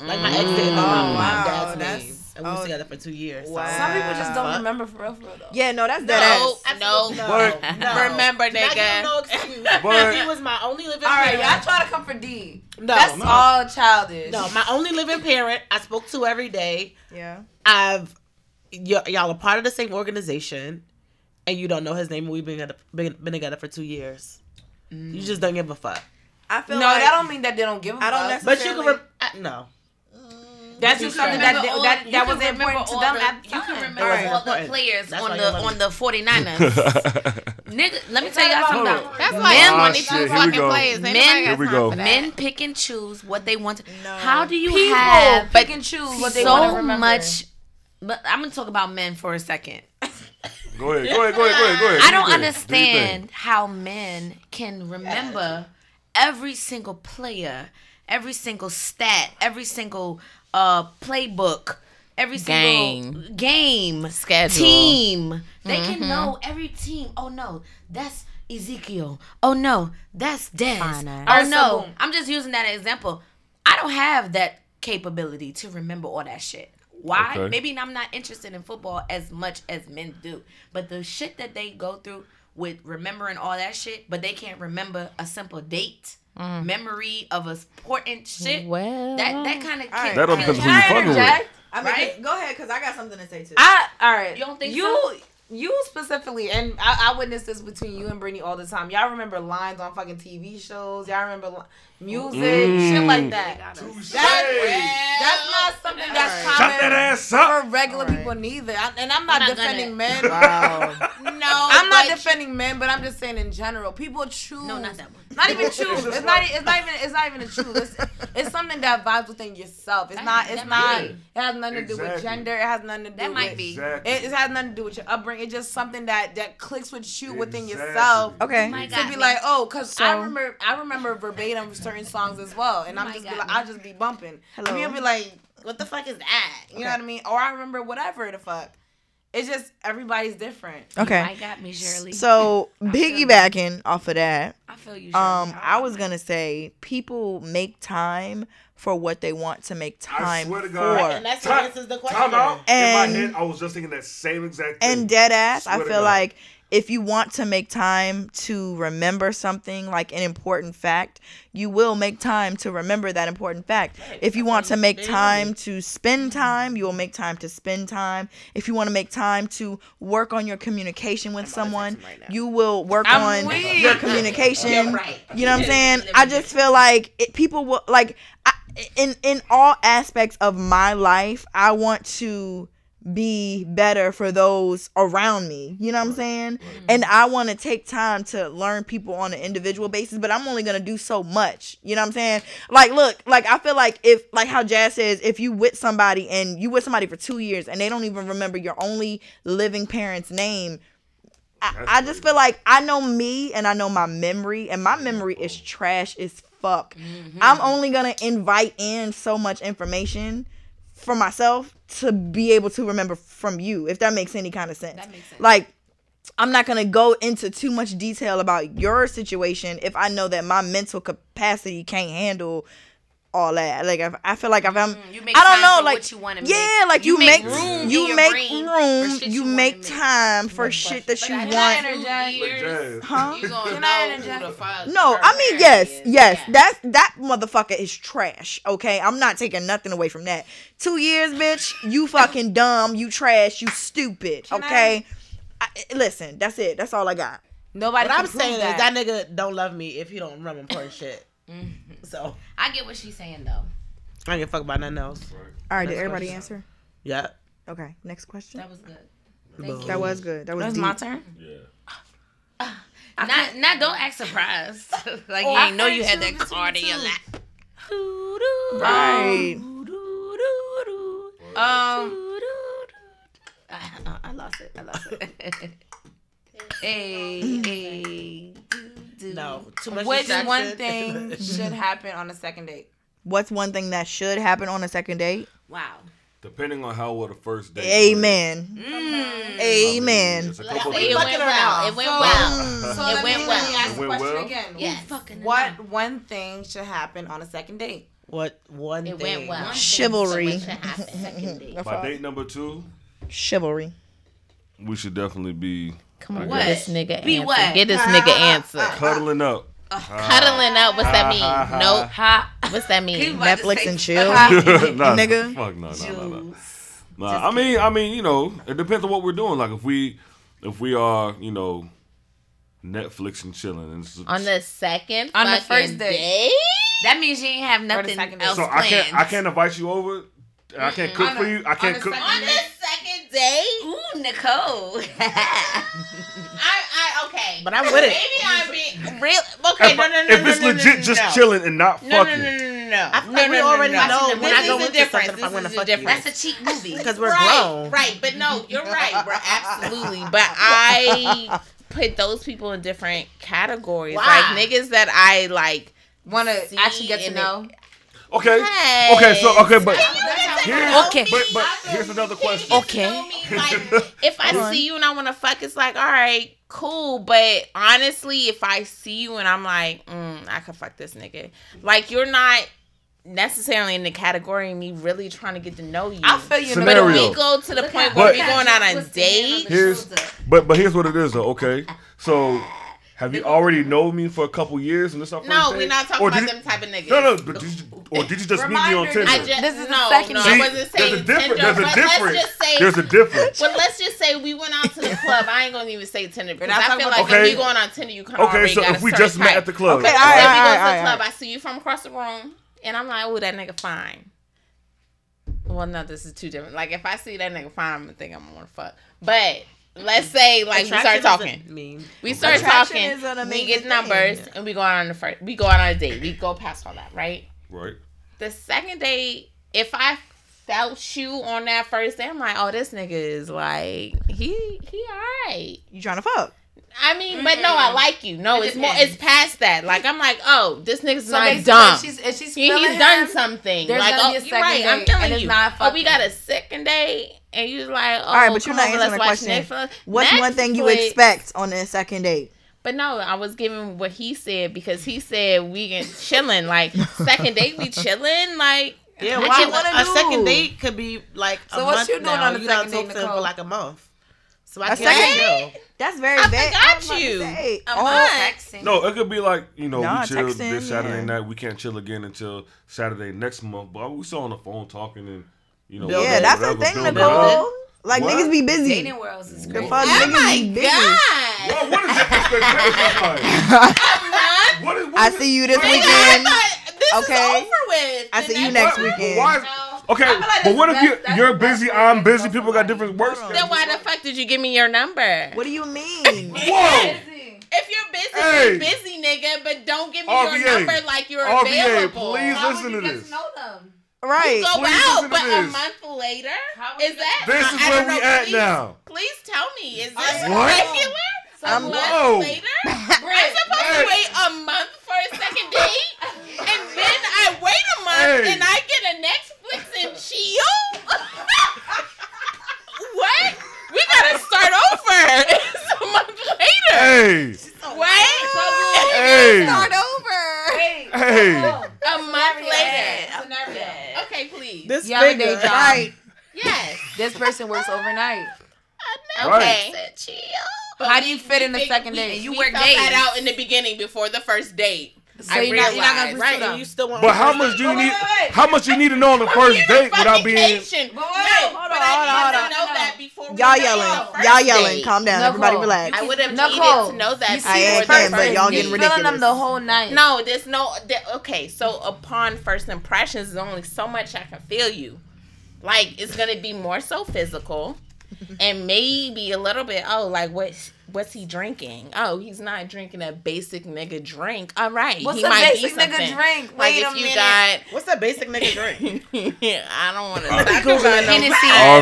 Like my ex didn't remember my Oh, wow, dad's that's- name, and we was oh. together for two years. So. Wow. Some people just don't remember for real, for real though. Yeah, no, that's that No, ass. Oh, no, Word. No. Remember, nigga. Now you no excuse. Word. he was my only living. All right, parent. y'all try to come for D. No, That's no. all childish. no, my only living parent. I spoke to every day. Yeah. I've y- y'all are part of the same organization, and you don't know his name. and We've been together, been, been together for two years. You just don't give a fuck. I no, feel like that don't mean that they don't give a I don't fuck. necessarily- But you can. Re- I, no. That's just something that remember all- that, you that can was remember important to all them the- at the you can time. remember Right. all the Important. players That's on why the you love on the 49ers. Nigga, let me tell y'all about something. Hold though. it. That's why Men men want want to these Ah, shit, here we fucking go. players. Ain't Men- nobody got Here we time go. for that. Men pick and choose what they want. To, No. How do you People have pick and choose what they want to so remember. much? But I'm gonna talk about men for a second. Go ahead. Go ahead. Go ahead. Go ahead. Go ahead. I Do your don't thing. understand how men can remember every single player, every single stat, every single uh playbook, every single Game. game, Schedule. team. They can know every team. Oh no, that's Ezekiel. Oh no, that's Des. Oh Alright, so no, boom. I'm just using that example. I don't have that capability to remember all that shit. Why? Okay. Maybe I'm not interested in football as much as men do, but the shit that they go through with remembering all that shit, but they can't remember a simple date, memory of important shit. Well. that that kind of Alright. That don't Can depend on Can who you I fucking with. interject? I mean, Right? go ahead, cause I got something to say too. I all right. You don't think you so? you specifically, and I, I witnessed this between you and Brittany all the time. Y'all remember lines on fucking TV shows. Y'all remember li- music, shit Hmm. like that. Mm. Touche. That's not something that's Shut that common ass up. for regular people neither. I, and I'm not I'm not defending gonna- men. wow. No, know. I'm not but- defending men, but I'm just saying in general, people choose. No, not that one. Not even choose. It's not. e, It's not even. It's not even a choose. It's, it's something that vibes within yourself. It's That- not. It's that not. might It has nothing to do with Exactly. gender. It has nothing to do. That with, might be. Exactly. It, it has nothing to do with your upbringing. It's just something that that clicks with you within Exactly. yourself. Okay. My To God. be like, oh, cause I So- remember, I remember verbatim certain songs as well, and Oh I'm my just be God. like, I just be bumping, and Hello. people be like, what the fuck is that? You know Okay. what I mean? Or I remember whatever the fuck. It's just everybody's different. Okay. I got me, Shirley. So piggybacking off of that, I feel you. Shirley. um, I was gonna say people make time for what they want to make time I swear to for. God. And that's Time- what answers the question. Time out. And- In my head, I was just thinking that same exact thing. and dead ass i Swear to feel God. like if you want to make time to remember something like an important fact you will make time to remember that important fact if you want to make time to spend time you will make time to spend time if you want to make time to work on your communication with someone you will work I'm on weak. your communication You're right. you know what i'm saying i just feel like it, people will like I, in in all aspects of my life i want to be better for those around me. You know what I'm saying? And I want to take time to learn people on an individual basis, but I'm only going to do so much. You know what I'm saying? Like look, like I feel like if like how Jazz says if you with somebody and you with somebody for 2 years and they don't even remember your only living parent's name, I, That's I just crazy. feel like I know me and I know my memory, and my memory is Mm-hmm. trash as fuck. I'm only gonna invite in so much information for myself to be able to remember from you, if that makes any kind of sense. That makes sense. Like, I'm not gonna go into too much detail about your situation if I know that my mental capacity can't handle all that. Like, I, I feel like if I'm, Mm-hmm. you make I don't time know, for like, what you wanna make. yeah, like you, You make, make room you in your make brain for room, shit you you wanna make make. time for shit that you But in want. two Energetic. years, Like, Huh? You gonna Can I know interject? who the fuck No, her I mean parent yes, is. yes. Yeah. That's that motherfucker is trash. Okay, I'm not taking nothing away from that. Two years, bitch. You fucking dumb. You trash. You stupid. Can I- okay. I, eh, listen, that's it. That's all I got. Nobody. What can I'm prove saying is that that. nigga don't love me if he don't remember important shit. So I get what she's saying though. I don't give a fuck about nothing else. All right, did Next everybody question. answer? Yeah. Okay, next question. That was good. Thank you. That was good. That was, That's deep. my turn. yeah. Not, not don't act surprised. like Oh, you ain't know you had that card in your lap. Right. Um, I, Ah, uh, I- I lost it. I lost it. hey, hey. No. Too much. which distraction. one thing should happen on a second date? What's one thing that should happen on a second date? Wow. Depending on how well the first date. went. Amen. I mean, Amen. it's a couple It things. went well. It went well. So It let went me, well. let me ask It the went question well? again. Yes. Fucking What one thing should happen on a second date? What one It thing? went well. Chivalry. Should happen second date. By date number two, Chivalry. we should definitely be Come on, I what? got This nigga Be answer. what? Get this nigga answer. cuddling up. Cuddling up. What's that Ha, mean? ha, Nope. Ha. What's that mean? Netflix and chill. nah, Nigga. Fuck no, no, no, no. Nah, I mean, I mean, you know, it depends on what we're doing. Like if we, if we are, you know, Netflix and chilling, and s- On the second. On the fucking first date. That means you ain't have nothing second date. else so I planned. can't, I can't invite you over. and I can't cook On for a- you. I on can't a cook. second On the second day, ooh, Nicole. I, I, okay. But I'm with it. Maybe I'm being real. Okay, If, no, no, no, if no, it's no, no, legit, no, just no. chilling and not No, no, fucking. no, no, no, no. I feel no, like we no, already no, no. know This when I is go the into difference. something if This I'm gonna is fuck the you. difference. That's a cheap movie. 'Cause we're right, grown. Right, but no, you're right, bro. Absolutely. But I put those people in different categories. Why? Like niggas that I like. Want See, to actually get to and know? Okay. Okay. So uh, okay, but here's, Okay. but, but here's another question. Okay. If I Hold on. see you and I want to fuck, it's like, all right, cool. But honestly, if I see you and I'm like, mm, I could fuck this nigga. Like you're not necessarily in the category of me really trying to get to know you. I feel you. but if Scenario. we go to the point where But- we going out on date, Here's, but but here's what it is though. Okay, so have you already known me for a couple years and this our first no, date? we're not talking Or about did them Oh, you- type of niggas. No, no, but did you, or did you just meet me on Reminder, Tinder? I just, This is the no, second no, date. I See, wasn't there's saying a difference. Tinder, There's a but difference. let's just say there's a difference. Well, let's just say we went out to the club. I ain't gonna even say Tinder because not I talking feel about like the if club. you going on Tinder, you kind of Okay, so if we just met at the club, Okay, all If right, we all go right, to all right, the all club, right. I see you from across the room, and I'm like, "Oh, that nigga fine." Well, no, this is too different. Like if I see that nigga fine, I'm gonna think I'm gonna wanna fuck. But let's say like we start talking. Mean. We start Attraction talking. is an We amazing get thing. numbers and we go out on the first. We go out on a date. We go past all that, right? Right. The second date, if I felt you on that first day, I'm like, oh, this nigga is like he he alright. You trying to fuck? I mean, but no, I like you. No, It it's more. depends. It's past that. Like I'm like, oh, this nigga's So not basically, dumb. if she's if she's He- he's feeling done him, something. there's Like, gonna oh, be a you're second right. I'm date, feeling and it's you. not oh, fucking. we got a second date, and you're like, oh, right, but you're come not over, answering let's the watch question. Netflix. What's one thing you Netflix. expect on a second date? But no, I was giving what he said because he said we can chilling. Like second date, we chilling. Like Yeah, I why just would- wanna a do- second date could be like a So month what you doing now. on a you done second talked date, to him for Nicole? like a month. So I A can't second- know. That's very I vague. forgot was about to you. say. A Oh, month. No, it could be like you know Nah, we chilled texting, this Saturday yeah. night. We can't chill again until Saturday next month. But we still on the phone talking and you know. Build Yeah, it, that's whatever, the thing, build it up. Nicole. Like What? niggas be busy. dating worlds is The crazy. fuck, niggas be busy. oh God, Well, what is your expectation huh? like? What is, what I is- see you this what is- weekend. this Okay. is over with. I The see you next But weekend. why is- okay, but what if that's- you that's you're the best busy, way I'm to busy, go people got somebody. different work Hold on. schedules. Then why the fuck did you give me your number? What do you mean? Whoa! If you're busy, Hey. you're busy, nigga. But don't give me RVA. your number like you're RVA, available. please How listen would you to get this. know them? right. Go please listen out, to but a this. month later, How would is you- that? This I- is I where don't we know, at please- now. Please tell me, is this I'm What? regular? A I'm- month Whoa. later, I'm supposed Hey. to wait a month for a second date, and then I wait a month Hey. and I get a Netflix and chill. what? We gotta start over. It's a month later. Hey, What? hey, over. hey! A month later. Scenario. Okay, please. This Y'all a figure, day job. Right. yes. This person works overnight. Okay. Right. Chill. How do you fit in the second date? You work that out in the beginning before the first date. So you're not, you're not gonna pursue Right, and them. you still want. But how much do you need? wait, wait. How much you need to know on the first date without being? Vacation. But wait, no, hold on, but I hold on, need hold on. to know that before Y'all we go on yelling. the uh, first Y'all yelling. date. Calm down. Nicole. Everybody relax. I would have needed Nicole, to know you that I see before ain't the can, first but y'all date. getting You feeling them ridiculous. the whole night. No, there's no. There, okay, so upon first impressions, there's only so much I can feel you. Like it's gonna be more so physical, and maybe a little bit. Oh, like what's what's he drinking? Oh, he's not drinking a basic nigga drink. All right, What's he a might basic be nigga something. drink? Like Wait if a you minute. got, What's that basic nigga drink? I don't want to I'll talk be about no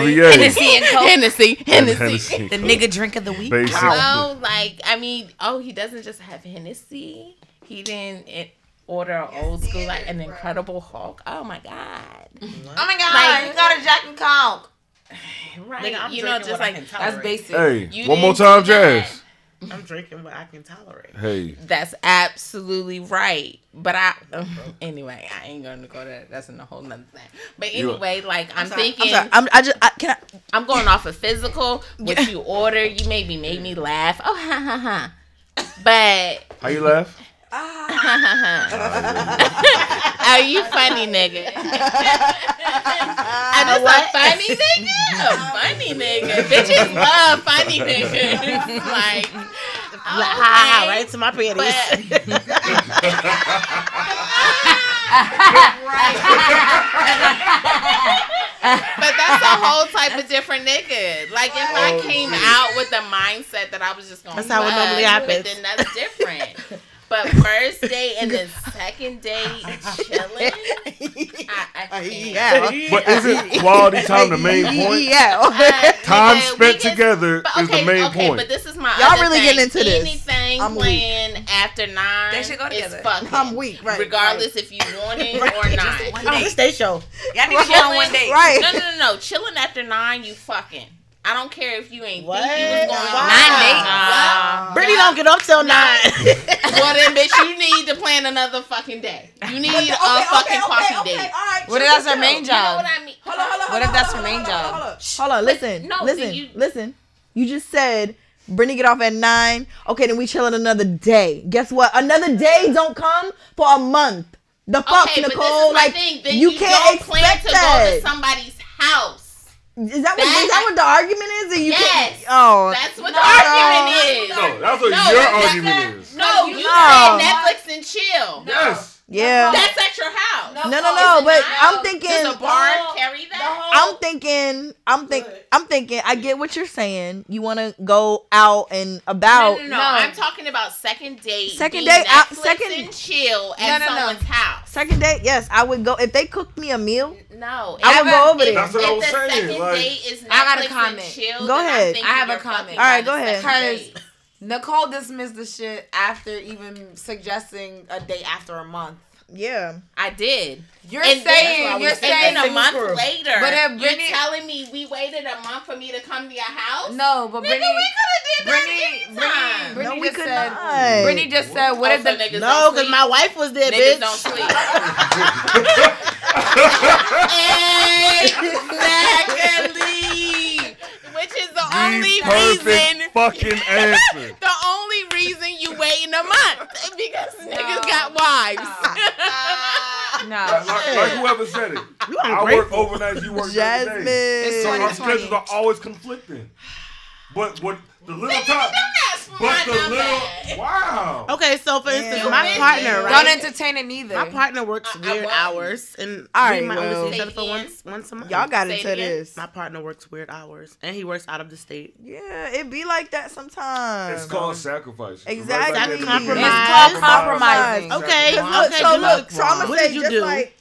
RVA, Hennessy and Coke. Hennessy, Hennessy. Hennessy, The nigga drink of the week. basic. Oh, like I mean, oh, he doesn't just have Hennessy. He didn't it, order an old school like an Incredible Hulk. Oh my god! Oh my god, Like- you got a Jack and Coke. Right? Nigga, I'm you drinking know, what just I like can That's tolerate. basic. Hey, You one more didn't time, do that. Jazz. I'm drinking what I can tolerate. Hey, that's absolutely right. But I um, anyway, I ain't gonna go there. That's in a whole nother thing. But You- anyway, like I'm, I'm thinking, sorry. I'm, I'm, I just I, can I, going off of physical. What you order, you maybe made me laugh. Oh ha ha ha. But how you laugh? ha ha ha. Are you funny, nigga? I just a funny nigga. A funny nigga. Bitches love funny niggas. like, Like, ha ha, okay. right to my panties. But that's a whole type of different nigga. Like if I came out with the mindset that I was just gonna That's how it fuck, normally happens. Then that's different. But first date and then second date chilling, I, I can't. yeah. But isn't quality time the main point? Yeah. Uh, Time nigga, we spent just- together But is the main okay, point. But this is my Y'all other really thing. getting into this. Anything I'm weak. playing after nine, They should go is together. fucking. I'm weak. Right. regardless if you want it or not. Oh, it's their show. Y'all need to go on one date. Right. No, no, no, no. Chilling after nine, you fucking. I don't care if you ain't What? think you was going Wow. on nine dates. Brittany don't get up till nine. Well then, bitch, you need to plan another fucking day. You need a fucking coffee date. What if that's her main You know job? what I mean? Hold on, hold on, What if hold that's on, her hold on, main hold on, job? hold on. Hold on, listen, no, listen, then you- listen. You just said Brittany get off at nine. Okay, then we chilling another day. Guess what? Another day don't come for a month. The fuck, Okay, but Nicole. this is my like thing. Then you, you, can't don't plan expect to go that. to somebody's house. Is that what is that what the argument is? Or you can't- Yes. Oh, That's what the argument is. no, that's what No, your that's argument is. No, you No. said Netflix and chill. Yes. yeah. That's at your house. No, no, no. Is it But not? I'm thinking. Does a bar carry that? I'm thinking, I'm think, I'm thinking. I get what you're saying. You want to go out and about. no, no, no. I'm talking about second date. Second being date, out- Netflix second- and chill No, no, at no. someone's house. Second date, yes, I would go if they cooked me a meal. No, I if- would go over if- there. That's what I if was the saying, second like- date is Netflix I got a comment. And chill, Go then I'm ahead. thinking I have a you're comment. fucking All right, on go a ahead. second Cause- date. Nicole dismissed the shit after even suggesting a date after a month. Yeah, I did. You're And then- saying you're And then saying a month later, But if you're Brittany- telling me we waited a month for me to come to your house. No, but Nigga, we could Brittany, have did that Brittany, anytime. Brittany no, we just could said- not. Brittany just said, "What if Also, the No, niggas don't because sleep. my wife was there, niggas bitch. don't sleep. Exactly. Which is the The only reason. perfect fucking answer. The only reason you waiting a month because niggas got wives. Like, no?" like whoever said it. You I work ungrateful. overnight, you work Jasmine. every day. It's So our 2020. schedules are always conflicting. But what the little time, That's for but my the number. little wow. Okay, so for instance, Yeah. my You partner, busy. right? Don't entertain it neither. my partner works I- I weird won't. hours, and All we right, might only see each well. other for once once a month. Y'all got Say into it again. this. My partner works weird hours, and he works out of the state. Yeah, it be like that sometimes. It's called sacrifice. Exactly. Remember that at the Compromise. beginning? It's called compromising. Okay, Cause look, okay. so good. look, so I'm What gonna did say you just do? like,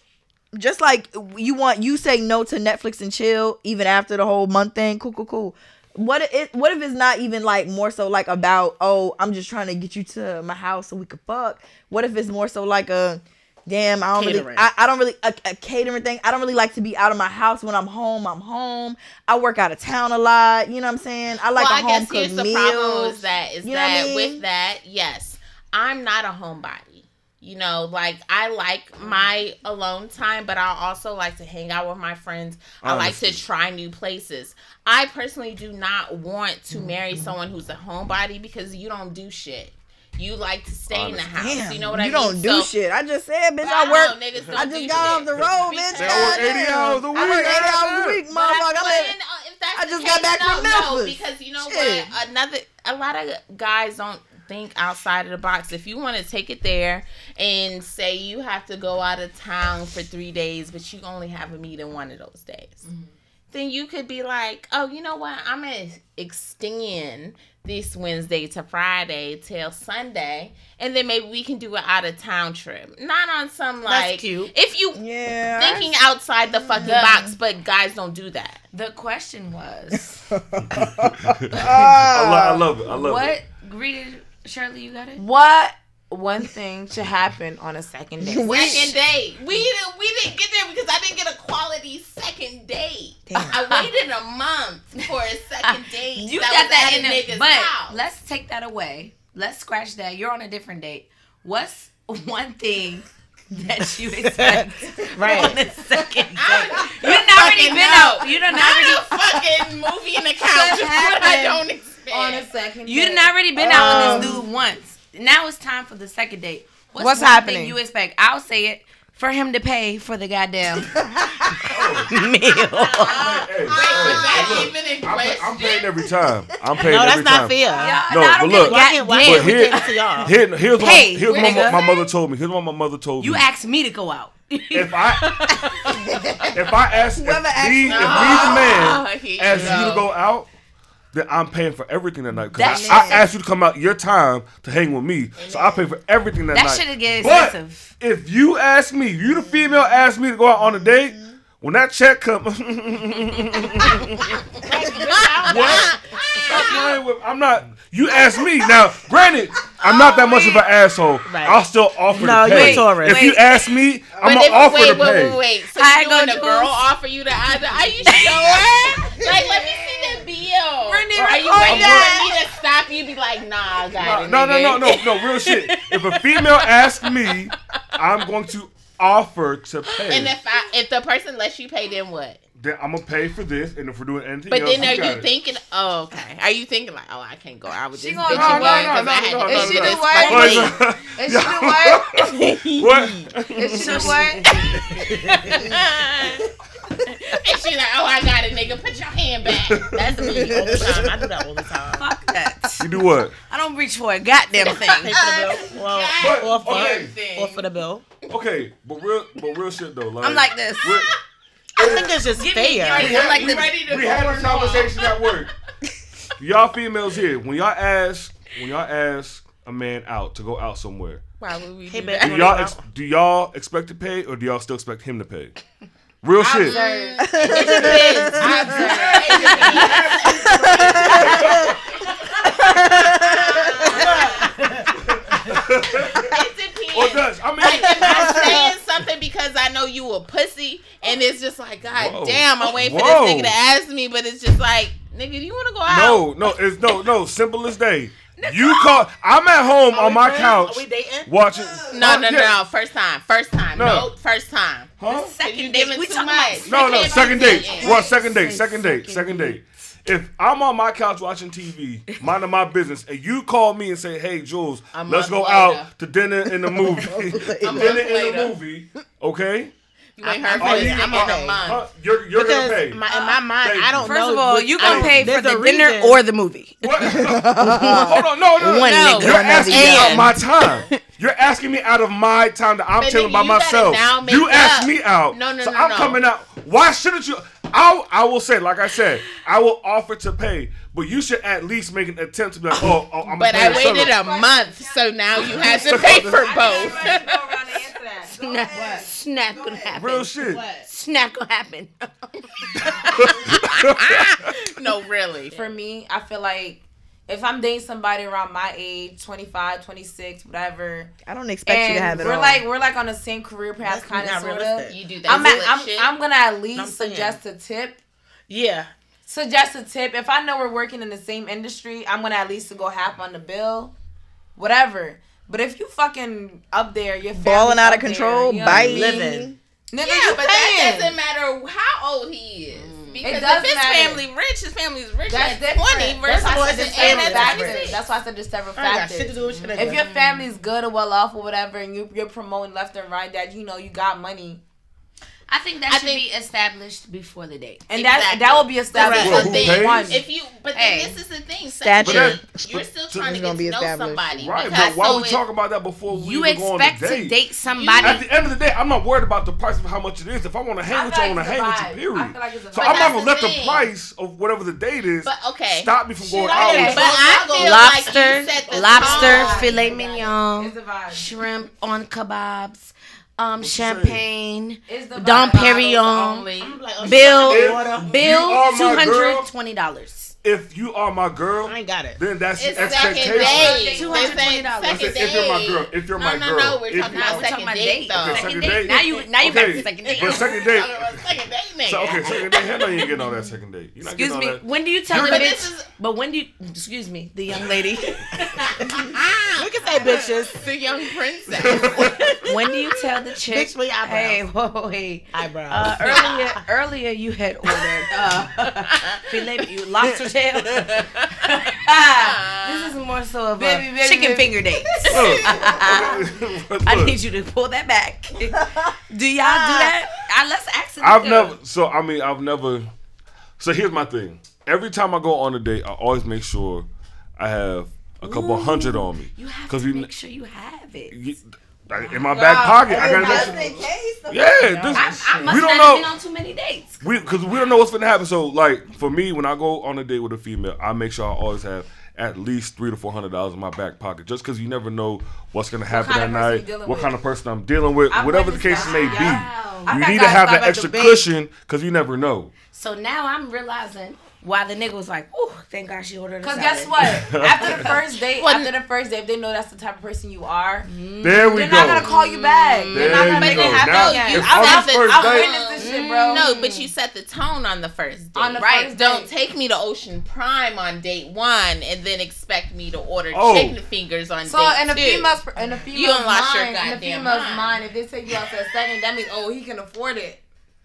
just like you want you say no to Netflix and chill even after the whole month thing. Cool, cool, cool. What if it? What if it's not even like more so like about oh I'm just trying to get you to my house so we could fuck. What if it's more so like a damn I don't really Catering. I, I don't really a, a catering thing. I don't really like to be out of my house when I'm home. I'm home. I work out of town a lot. You know what I'm saying? I like well, a I home guess cooked here's the meal. problem is that is You know what I that mean? with that, yes, I'm not a homebody. You know, like I like Mm. my alone time, but I also like to hang out with my friends. I like to Honestly. try new places. I personally do not want Mm-hmm. to marry someone who's a homebody because you don't do shit. You like to stay in the Honestly. house. Damn, you know what I mean? don't do So- shit. I just said, bitch, I I know, work. niggas don't I do just shit. got off the road, Because- bitch. They work Goddamn. 80 hours a I work week. 80 hours a week, But I'm motherfucker. I'm saying, at- uh, if that's I the just got case, back from no, No, Memphis. because you know Shit. what? Another a lot of guys don't think outside of the box. If you want to take it there and say you have to go out of town for three days, but you only have a meeting one of those days. Mm-hmm. Then you could be like, oh, you know what? I'm gonna extend this Wednesday to Friday till Sunday, and then maybe we can do an out of town trip. Not on some like cute. If you Yeah. thinking outside the fucking Yeah. box, but guys don't do that. The question was, Oh. I, lo- I love it. I love what it. read it, Shirley? You got it. What one thing should happen on a second date? Second date. We didn't we didn't get there because I didn't get a quality second date. I waited a month for a second date. You that got was that at in a there, nigga's but house. let's take that away. Let's scratch that. You're on a different date. What's one thing that you expect Right. on a second I date? don't You've not already fucking been know. out. You done already. Not a fucking movie in the couch. happened I don't expect. on a second date. You done already been out with this dude once. Now it's time for the second date. What's, What's one happening? Thing you expect? I'll say it for him to pay for the Hey, goddamn. Wait, was hey, that look, even in I'm, pay- question? I'm paying every time. I'm paying No, that's every time. not fair. No, I but don't look, give a why can't- why goddamn. can't But we here- give it to y'all? Here, here's what, Hey, here's what my, nigga. my mother told me. Here's what my mother told You me. asked me to go out. if I if I ask if, Whoever asked- these, Ah, if here these you men ask you go. to go out, then I'm paying for everything that night. That Because shit- I, I asked you to come out your time to hang with me, so I pay for everything that, That night. shit is get But expensive. if you ask me, you the female asked me to go out on a date. Mm-hmm. When that check comes, what? Stop playing with- I'm not. You asked me now. Granted, I'm not that much of an asshole. Right. I'll still offer No, to you a pay. Taurus. if you Wait. ask me, I'm But gonna if, offer wait, to wait, pay. wait, wait. So I you go and the to- girl offer you the either. Are you sure? like, let me see that bill. Brittany, Or are you record waiting that. for me to stop you? Be like, nah, I got No, it. no, no, nigga. no, no, no, real shit. If a female asks me, I'm going to offer to pay. And if I, if the person lets you pay, then what? then I'm gonna pay for this, and if we're doing anything But else, then are got you it. thinking? Oh, okay. Are you thinking like, oh, I can't go out with this bitch gonna- No, no, again no, no, because I no, had no, to Is do she the this one? fucking thing. Wait. Is she the what? what? Is she the what? And she like, oh, I got it, nigga. Put your hand back. That's me all the time. I do that all the time. Fuck that. You do what? I don't reach for a goddamn Pay thing. for the bill. Well, But, or for, okay, or for the bill. okay, but real, but real shit though. Like, I'm like this. we're- I think it's just fair. We had, like we- we had this conversation at work. y'all females here, when y'all ask, when y'all ask a man out to go out somewhere, Why would we Hey, do babe, that? you do wanna y'all go ex- out? do y'all expect to pay or do y'all still expect him to pay? Real shit. It depends. Or does I Like, mean? if I'm saying something because I know you a pussy, and it's just like, God Whoa. damn, I'm waiting for Whoa. this nigga to ask me, but it's just like, nigga, do you want to go out? No, no, it's no, no. Simple as day. You call. I'm at home on my couch Are we dating? watching. No, Huh? no, Yeah. no. First time. First time. No. Nope. First time. Huh? Second date. We too much. No, no, second date. dating. Well, second date, second date, second date. If I'm on my couch watching TV, minding my business, and you call me and say, "Hey, Jules, let's go month later. out to dinner and a movie, dinner and later. a movie," okay? You ain't heard Are from you this. I'm gonna on pay? a month. Huh? You're you're Because gonna pay. my, in my mind, Thank I don't you. know. First of all, which- you I gonna don't- pay for there's the a dinner reason. or the movie. What? Hold on, no, no, One no. nigga You're or another asking me out And- my time. You're asking me out of my time that I'm But chilling nigga, by you gotta myself. now make You it asked up. me out. No, no, so no, I'm no. coming out. Why shouldn't you? I I will say, like I said, I will offer to pay, but you should at least make an attempt to be like, oh, oh I'm. But I paying waited seven. a month, so now you have to pay for both. Everybody go around and answer that. Go Snap, ahead. snap gonna happen. Real shit. Snap gonna happen. No, really. For me, I feel like if I'm dating somebody around my age, 25, 26, whatever, I don't expect you to and have it we're all. like we're like on the same career path, That's kind of not sort of. realistic. You do that. I'm, split at, I'm, shit. I'm gonna at I'm least saying. suggest a tip Yeah. suggest a tip. If I know we're working in the same industry, I'm gonna at least go half on the bill, whatever. But if you fucking up there, you're Balling out of control, bite. biting. Living. Nigga, Yeah, you but that paying. doesn't matter how old he is. Because does if his matter. family rich, his family's rich That's at different. 20 versus That's why I his said there's aunt several at factors. 26. That's why I said there's several I ain't got shit to factors. do with you, nigga. If your family's good or well off or whatever, and you, you're promoting left and right that you know you got money, I think that I should think- be established before the date. Exactly. and that that will be established. Well, That's who the thing. pays? One. If you, but Hey. then this is the thing. Stature. Stature. But that- You're still so trying it's to get gonna to be know established. somebody. Right, because but why so we if- talk about that before we You even go on the expect to date? date At somebody. the end of the day, I'm not worried about the price of how much it is. If I want to hang with you, I feel want to like hang it's a with you. vibe. Period. I feel like it's a so vibe. I'm not that's gonna the let the thing. price of whatever the date is But okay. stop me from going I out. am with But you. I feel lobster, like you set the lobster, tone. filet mignon, It's the vibe. shrimp on kebabs, um, saying? champagne, It's the vibe. Dom Perignon, Only. I'm like, oh, bill, shit, I got water. bill, You are two my hundred girl. twenty dollars. If you are my girl, I ain't got it. then that's It's your second expectation. date. $220. They say I I said, Second if you're my girl, date. if you're No, my no, girl, no, we're if talking you about are- second date, though. Okay, Second second date. date. Now you now you back to Okay, second date. But second date. Second date, man. So okay, second date. Hell no, you ain't getting all that second date. You're not Excuse getting me. all that. When do you tell the But this bitch? is But when do you? Excuse me, the young lady. We can say bitches. the young princess. when do you tell the chick? Bitch with eyebrows. Hey, whoa, whoa, hey. Uh, Eyebrows. earlier, earlier you had ordered uh, filet, you lobster tail. this is more so of a Baby, baby, chicken baby. finger date. Look, okay, I look, need you to pull that back. do y'all do that? I, let's ask. them I've to. never. So I mean, I've never. So here's my thing. Every time I go on a date, I always make sure I have a couple hundred on me. You have Because to we make sure you have it. You- like, in my back pocket. I gotta Just make in sure. case the- Yeah, this, I must we not don't have been know. on too many dates. We because we don't know what's gonna happen. So like for me, when I go on a date with a female, I make sure I always have at least three to four hundred dollars in my back pocket, just because you never know what's gonna happen kind that of night, person you dealing what with. kind of person I'm dealing with, whatever the witnessed case may that. be. I You got need to guys have that stop at the extra bank. cushion because you never know. So now I'm realizing why the nigga was like, "Ooh, thank God she ordered." Cause guess what? After the first date, after the first date, if they know that's the type of person you are, There we they're go. not gonna call you back. there They're not gonna you make go. it happen Now, again. if I'm, on I'm, this first I'm date, witnessed this shit, bro. No, Mm. but you set the tone on the first date, On the right? first Don't date. take me to Ocean Prime on date one and then expect me to order Oh. chicken fingers on So date in a two. female's in a female's don't lost your mind, in a goddamn female's mind. mind. if they take you out to a second, that means oh he can afford it.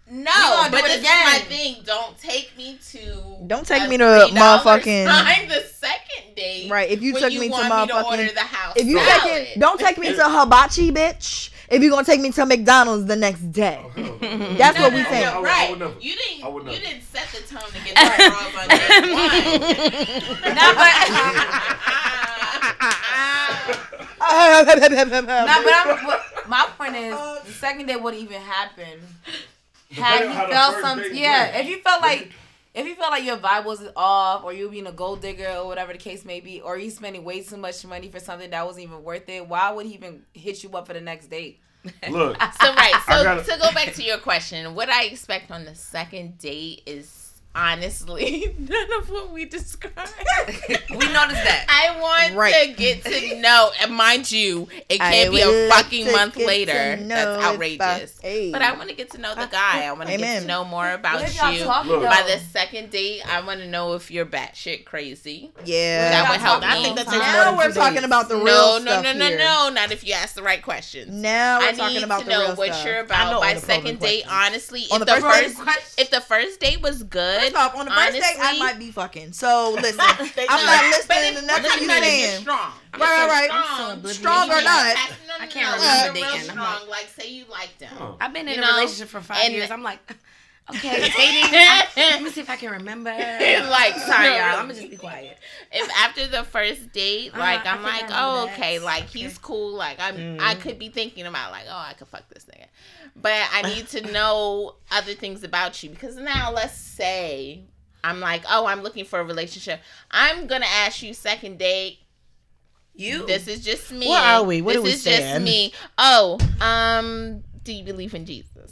no, gonna but do it this again. is my thing. Don't take me to. Don't take me to a motherfucking- I'm the second date. Right, if you when took me to want motherfucking- order the house. If you salad. take it, don't take me to hibachi, bitch. If you gonna take me to McDonald's the next day, that's what we No, saying. I would- I right. would never. You I would didn't. You never. didn't set the tone to get the bras on date one. Nah, but nah, but, I'm, but my point is the second date wouldn't even happen had Depending on how you the felt first some date yeah went. if you felt like if you felt like your vibe was off or you being a gold digger or whatever the case may be or you spending way too much money for something that wasn't even worth it why would he even hit you up for the next date Look, So right, I so gotta- to go back to your question, what I expect on the second date is honestly none of what we described. We noticed that. I want Right. to get to know, and mind you, it I can't be a would fucking to month get to later. know if That's I- outrageous. Hey. But I want to get to know the guy. I want to get Amen. to know more about What if y'all you. talking Look. though? By the second date, I want to know if you're batshit crazy. yeah. That would help Y'all me. talking that's Now we're talking about the real no, no, stuff no, no, here. no, not if you ask the right questions. Now we're I talking need about to the know real what stuff. you're I know about by all the probing second date. questions. Honestly, On if the the first date- first if the first date was good, First off, on the first date, I honestly- might be fucking. So listen, They I'm not not- but listening if, to but nothing I'm you're not if you're saying. strong. I'm Right, just right, strong. So oblivious. Strong or Like, not, that's- no, no, I can't no, remember you're real dating. I'm strong. like- Like say you liked him. huh. I've been in You a know, relationship for five and- years. I'm like, okay, dating. I- Let me see if I can remember. like Sorry, no, y'all. I'm really. gonna just be quiet. if after the first date, Uh-huh, like I I'm think I like, remember oh that. okay, like Okay. he's cool. Like I'm, I Mm. could be thinking about like, oh, I could fuck this nigga, but I need to know other things about you because now let's say I'm like, oh, I'm looking for a relationship. I'm gonna ask you second date. You. This is just me. Where are we? What this are we is just saying? me. Oh, um, do you believe in Jesus? And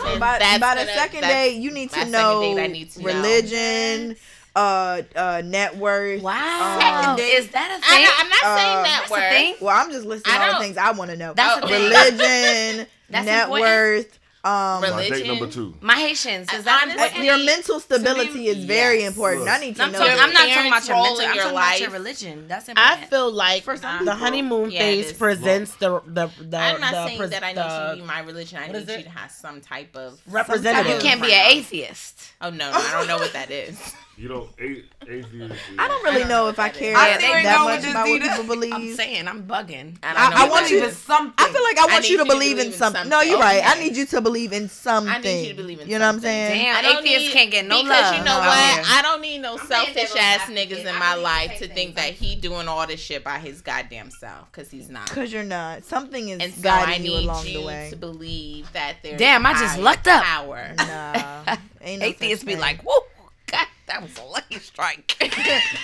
Oh, By, that's by the gonna- second that's- date, you need to by second know date, I need to know. religion, uh, uh, net worth. Wow. Um, is that a I'm thing? not, I'm not saying Uh, that That's a word. thing? Well, I'm just listing I all the don't- things I want to know. That's Oh, a thing. religion, That's net important. worth. Um, Really? My date Religion. number two. My Haitians. Is Uh, that honestly- important? your mental stability is very Yes. important. I need to No, I'm, know. talking, that. I'm not talking about parents' your role mental. in I'm your talking about your life. religion. That's important. I feel like For some the people. honeymoon Uh-huh. Yeah, it phase is. presents the the the. I'm not the saying pres- that I need the you to be my religion. I what is need you it? to have some type of. representative. you can't be an atheist. Oh no, no, I don't know what that is. You don't a- atheist. is- I don't really I don't know know if what I that care is. I see that where you're much going about with what this, people I'm believe. saying I'm bugging. I don't know. I, I what want that you is. to. I feel like I want need you to you to believe in believe in something. No, something. you're right. I Okay. need you to believe in something. believe in You know what I'm something. saying? Damn, I don't atheists need- can't get no because love. you No, know what? I don't. I don't need no saying selfish devil's ass advocate. niggas in I my believe the life same to think things. that he doing all this shit by his goddamn self because he's not. Because you're not. Something is And so I guiding need you you, along the way. to believe that there's Damn, I just higher lucked up. Power. Nah, ain't no Atheists such be thing. like, whoa, God, that was a lucky strike.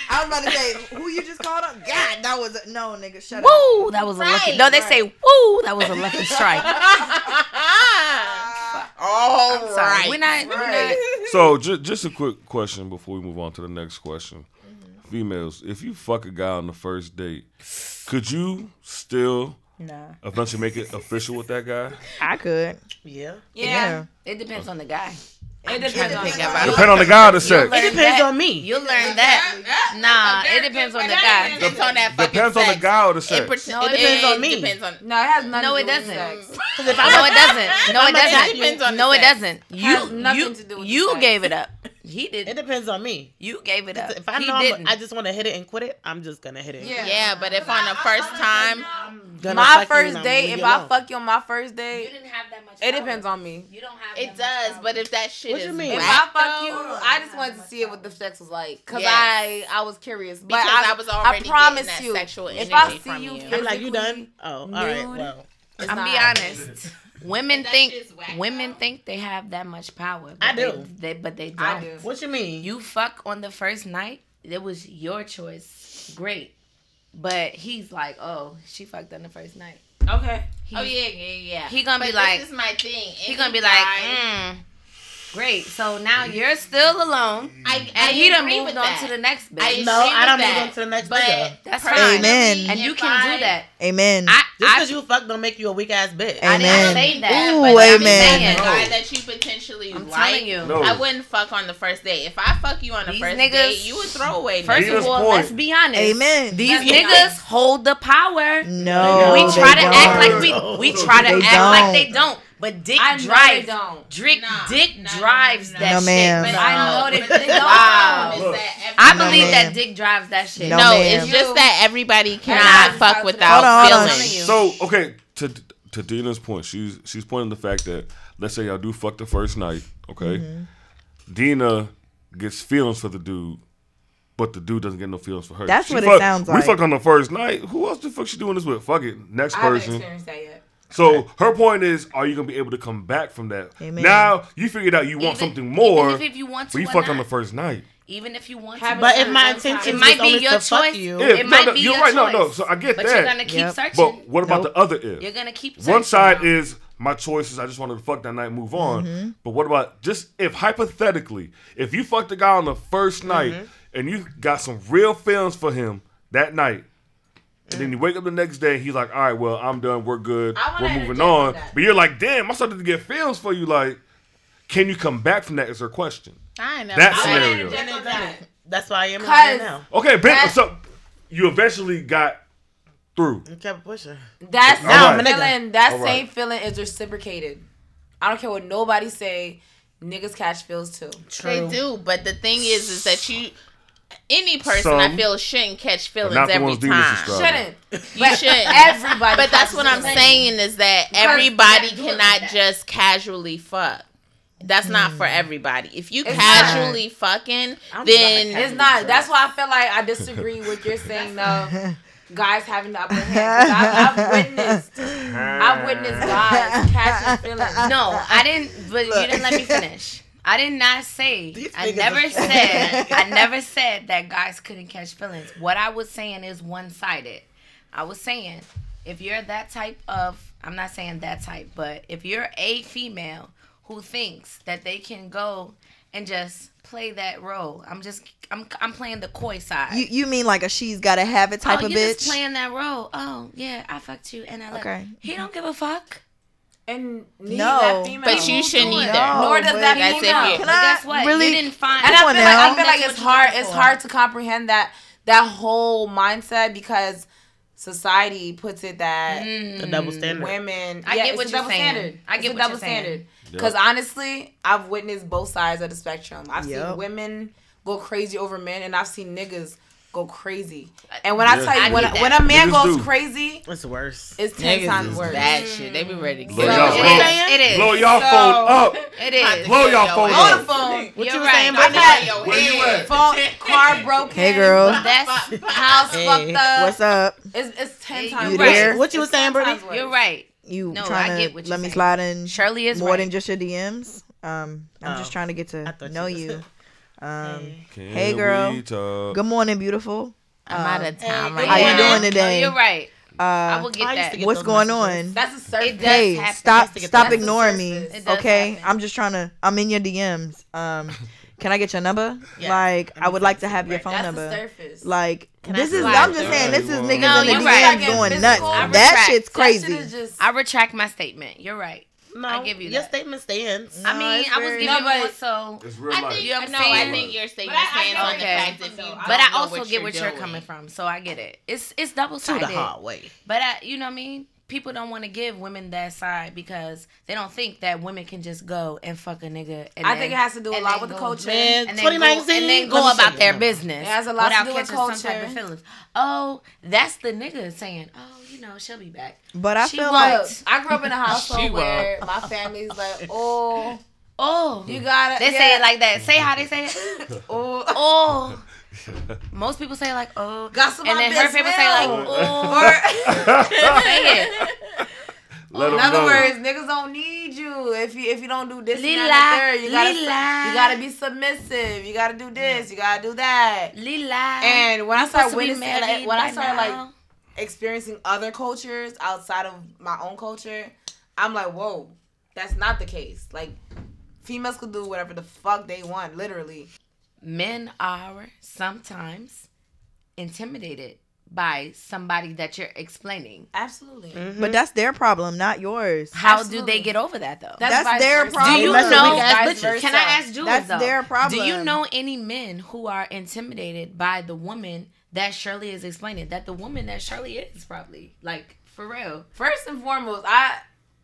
I was about to say, who you just called up? God, that was a, no, nigga, shut up. Woo, that was a lucky. No, they say, woo, that was a lucky strike. all Sorry, right. we're not. We're not So, ju- just a quick question before we move on to the next question. Mm-hmm. Females, if you fuck a guy on the first date, could you still, Nah. unless you make it official with that guy? I could. Yeah. yeah, it depends on the guy. it depends on the guy. Depend on the guy or the sex. It Learn depends that. on me. You'll learn that. Nah, it depends on the guy. Depends on that fucking Depends on the sex. guy or the It, sex. no, it it depends depends on me. Depends on no it has nothing No, to it do with doesn't. sex. No, it doesn't. No, it It doesn't. depends on the No, it sex. doesn't. Has You, nothing you, to do with the you sex. gave it up. He It did. depends on me. You gave it up. If I He know I'm, didn't. I just want to hit it and quit it, I'm just gonna hit it. Yeah. Yeah, but if on the first time, Gonna my fuck you and first I'm date leave if you I alone. fuck you on my first date didn't have that much. it depends on me You don't have. it does. But if that shit What is you mean? If whack, I fuck though, you, I just wanted to see it what the sex was like, cause Yes. I I was curious. But Because I, I was already getting promise that you, sexual if I energy see from you, you. I'm like, you done? physically Oh, all right. nude. Well, it's I'm not be honest. Women That think shit's whack, women though. think they have that much power. but I they- do. They, but they don't. I do. what you mean? You fuck on the first night. It was your choice. Great. But he's like, oh, she fucked on the first night. Okay. He, Oh yeah, yeah, yeah. He gonna But be like, this is my thing. he Any gonna be guy- like, mm, great. So now you're still alone, I, I and he done agree moved with on that. to the next I bitch. agree no, I don't with move that. on to the next But bitch. That's personally, fine. Amen. And you if can I- do that. Amen. I, Just I, because you fuck don't make you a weak ass bitch. I didn't Amen. say that. Ooh, but I'm amen. saying, The No. guy that you potentially I'm like, telling you. No. I wouldn't fuck on the first date. If I fuck you on the These first niggas- date, you would throw away. First Leaders of all, point. let's be honest. Amen. These Let's be niggas hold the power. no, we they try to act don't. like we we try to They act like don't. they don't, but dick I know they drives. don't. Dick, Nah, dick nah, nah, drives nah, that nah. No, shit. ma'am. But But I know but they the don't. problem Wow. is that I everybody- believe ma'am. that dick drives that shit. No, No, ma'am. it's just that everybody Nah. cannot fuck without Hold on, hold on. feeling. So, okay, to to Dina's point, she's she's pointing the fact that let's say y'all do fuck the first night, okay? Mm-hmm. Dina gets feelings for the dude, but the dude doesn't get no feelings for her. That's what it fuck- sounds We like. fuck on the first night. Who else the fuck she doing this with? Fuck it, next I haven't person. experienced that yet. So her point is, are you gonna be able to come back from that? Amen. Now you figured out you want Even- something more. Even if, if you want to, but you or fucked on not. the first night. Even if you want to, Have But if Or my one time. intention It was might be always your to fuck choice. you, Yeah, It might no, be you're your right. No, no. choice. So I get but that. you're gonna keep Yep. searching. But what about Nope. the other if? you're gonna keep searching. One side now. is my choices. I just wanted to fuck that night, move on. But what about just if hypothetically, if you fucked a guy on the first night and you got some real feelings for him that night, and then you wake up the next day, and he's like, "All right, well, I'm done. We're good. I wanna We're interject moving on on." that. But you're like, "Damn, I started to get feelings for you." Like, can you come back from that? Is her question. I ain't never. That I ain't- scenario. Check on that. that's why I am right 'Cause- now. Okay, ben, so you eventually got through. I kept pushing. That same All right. feeling, that All same right. feeling is reciprocated. I don't care what nobody say. Niggas catch feels too. They do, but the thing is, is that you, any person I Some, feel shouldn't catch but feelings not the every ones Demons time. described. Shouldn't. You shouldn't. Everybody. But that's catches what I'm feelings. saying is that you everybody gotta do it like cannot that. Mm. just casually fuck. That's not for everybody. If you It's casually fucking, It's then not. That's why I feel like I disagree with your saying of guys having the upper hand. 'Cause I've, I've witnessed. I've witnessed guys catching feelings. No, I didn't. But you didn't let me finish. I did not say. I niggas never are- said. I never said that guys couldn't catch feelings. What I was saying is one sided. I was saying if you're that type of, I'm not saying that type, but if you're a female who thinks that they can go and just play that role, I'm just, I'm, I'm playing the coy side. You you mean like a she's gotta have it type oh, of you just bitch? playing that role. Oh yeah, I fucked you, and I left. Okay. He don't give a fuck. And neither No. that female. but you shouldn't either. Nor does that Guys, if female. you- Can But I guess what? really- You didn't find. and I Come feel on like now. I feel That's like it's what you're hard. looking It's for. hard to comprehend that that whole mindset because society puts it that Mm. The double standard. women. Mm-hmm. I get it's what a you're double saying. Standard. I get it's a what double you're saying. standard. Yep. Because honestly, I've witnessed both sides of the spectrum. I've Yep. seen women go crazy over men, and I've seen niggas go crazy. Uh, And when I Yeah. tell I you, when, get that. when a man Niggas goes do. crazy, It's worse. it's ten times is worse. bad shit. They be Mm. ready to Blow get y'all out. It phone. is. It is. Blow y'all phone up. It is. Blow y'all phone On the up. phone, What You're you were right. saying I'm about not- that? Where you at? phone, car broken. Hey, girl. That's house Hey. fucked up. What's up? It's, it's ten You times You worse. there? What you were saying, Brittany? you're right. You No, trying I to get what you're let me saying. slide in Shirley is more right. than just your DMs? Um, I'm just Oh. trying to get I to thought know you- you. Um, Can Hey, girl. we talk? good morning, beautiful. I'm out of time right How you now. doing today? No, you're right. I Uh, will get I used that. to get what's those going messages. on? That's a surface. It does Hey, happen. stop, to get stop those ignoring me. messages. It does Okay, happen. I'm just trying to. I'm in your DMs. Um, can I get your number? Yeah. Like, Let me I would like to text have you your right phone That's number. a surface. Like this I is. slide? I'm just saying this is No, niggas you're in the DMs right. going Fucking nuts. physical. I That retract. shit's That shit crazy. is just. I retract my statement. You're right. No, I give you your that. statement stands. I mean, I was giving No, you but- one, so. It's real I life. think, you know, No, what I'm I saying? think your But statement I- I stands on the get fact it. that you. But I don't know also what get what you're doing. coming from, so I get it. It's it's double To the sided. hard way. But I, you know what I mean? People don't want to give women that side because they don't think that women can just go and fuck a nigga. And I then- think it has to do a and lot then with the go- culture. Man, and then go, and 2019, then let go me about see. their business. It has a lot to without do with catching some type of culture. feelings. Oh, that's the nigga saying, "Oh, you know, she'll be back." But I She feel won't. like Look, I grew up in a household She where my family's like, oh, Oh, you gotta. they yeah, say it like that. Say how they say it. oh, Oh, most people say like, "Oh," got some. and then her people say like, "Oh." Say it. Let 'em In other know. words, niggas don't need you if you if you don't do this and Lila, that and the third. You gotta Lila. you gotta be submissive. You gotta do this. You gotta do that. Lila. And when I supposed started to be witnessing, like, married when I by started now. like experiencing other cultures outside of my own culture, I'm like, whoa, that's not the case. Like, females could do whatever the fuck they want, literally. men are sometimes intimidated by somebody that you're explaining. Absolutely. But that's their problem, not yours. How do Absolutely. they get over that though? That's their problem. do you Unless know? we guys but versa. can I ask Jules That's though? their problem. Do you know any men who are intimidated by the woman that Shirley is explaining? That the woman that Shirley is probably like for real. First and foremost, I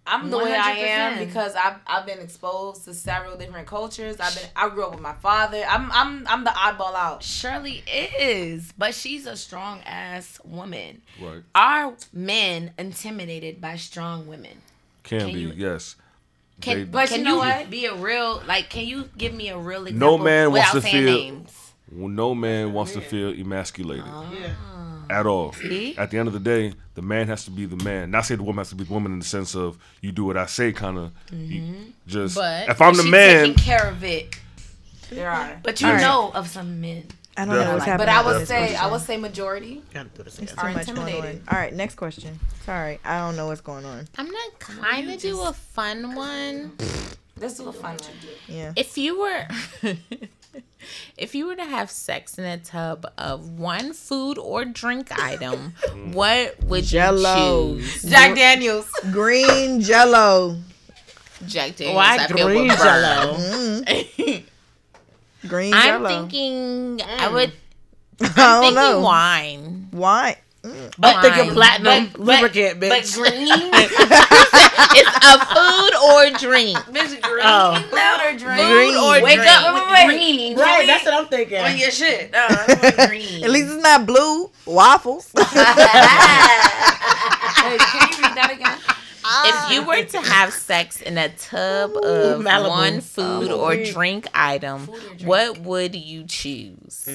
I'm the way I am 100%. because I've I've been exposed to several different cultures. I've been I grew up with my father. I'm I'm I'm the oddball out. Shirley is, but she's a strong ass woman. Right. Are men intimidated by strong women? Can, Can be, you- yes. Can, They- but can you you, know what? be a real like? Can you give me a real example? man wants without to saying feel- names. Well, no man wants to feel emasculated. at all. At the end of the day, the man has to be the man. Not say the woman has to be the woman in the sense of you do what I say, kind of. Just But if I'm the She man, taking care of it. There are. But you know of some men. I don't know what's happening. But I with would this say I question. would say majority Gotta do this again. Too are much going on. intimidated. All right, next question. Sorry, I don't know what's going on. I'm gonna kind of do a fun one. Let's do a fun one. Yeah. If you were, if you were to have sex in a tub of one food or drink item, what would Jell-O. you choose? Jack Daniels. Green Jello. Jack Daniels. Why I feel would green burn. jello? Green I'm Jello. thinking I would Mm. I don't thinking know wine. why. I'm thinking Wine. platinum But- but- lubricant, But bitch. green, it's a food or drink. oh, Louder drink. Food or Wake drink. up with Wait, wait, green. right. That's what I'm thinking. on your shit. No, I want green. At least it's not blue waffles. Hey, can you read that again? If you were to have sex in a tub of Malibu. one food or drink Mm. item, what would you choose?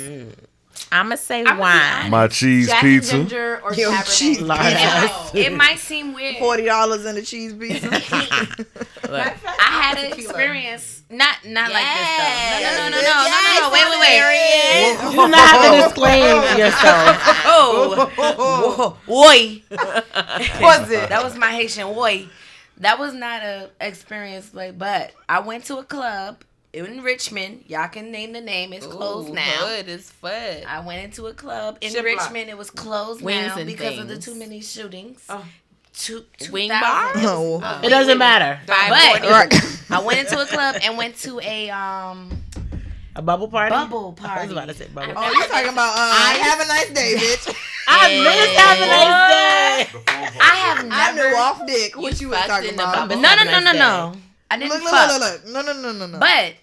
I'm gonna say wine. my cheese Jack and pizza. ginger or Yo, cheese Cabernet. Lard ass. It might seem weird. Forty dollars in a cheese pizza. Look, I had an experience, not not like this though. No, no, no, no, no, Yes, no, no, no. Wait, wait, wait. You do not have to disclaim yourself. Oh, oh, boy, was it? that was my Haitian boy. That was not a experience, like, but I went to a club in Richmond. Y'all can name the name. It's closed Ooh, now. Hood is fun. I went into a club in Richmond. It was closed Wings now and because of the things. too many shootings. Oh. Two, 2000. Wing bar? No. Uh, It doesn't matter. But Right. I went into a club and went to a um A bubble party. bubble party. I was about to say bubble. Oh, you talking about? Uh, have a nice day, bitch. I missed having a nice day. I have I never. knew off dick. What you, was fucked talking in the about? bubble. No, no, no, no, no. I didn't Look, look, fuck. look, look, look. No, no, no, no, no. But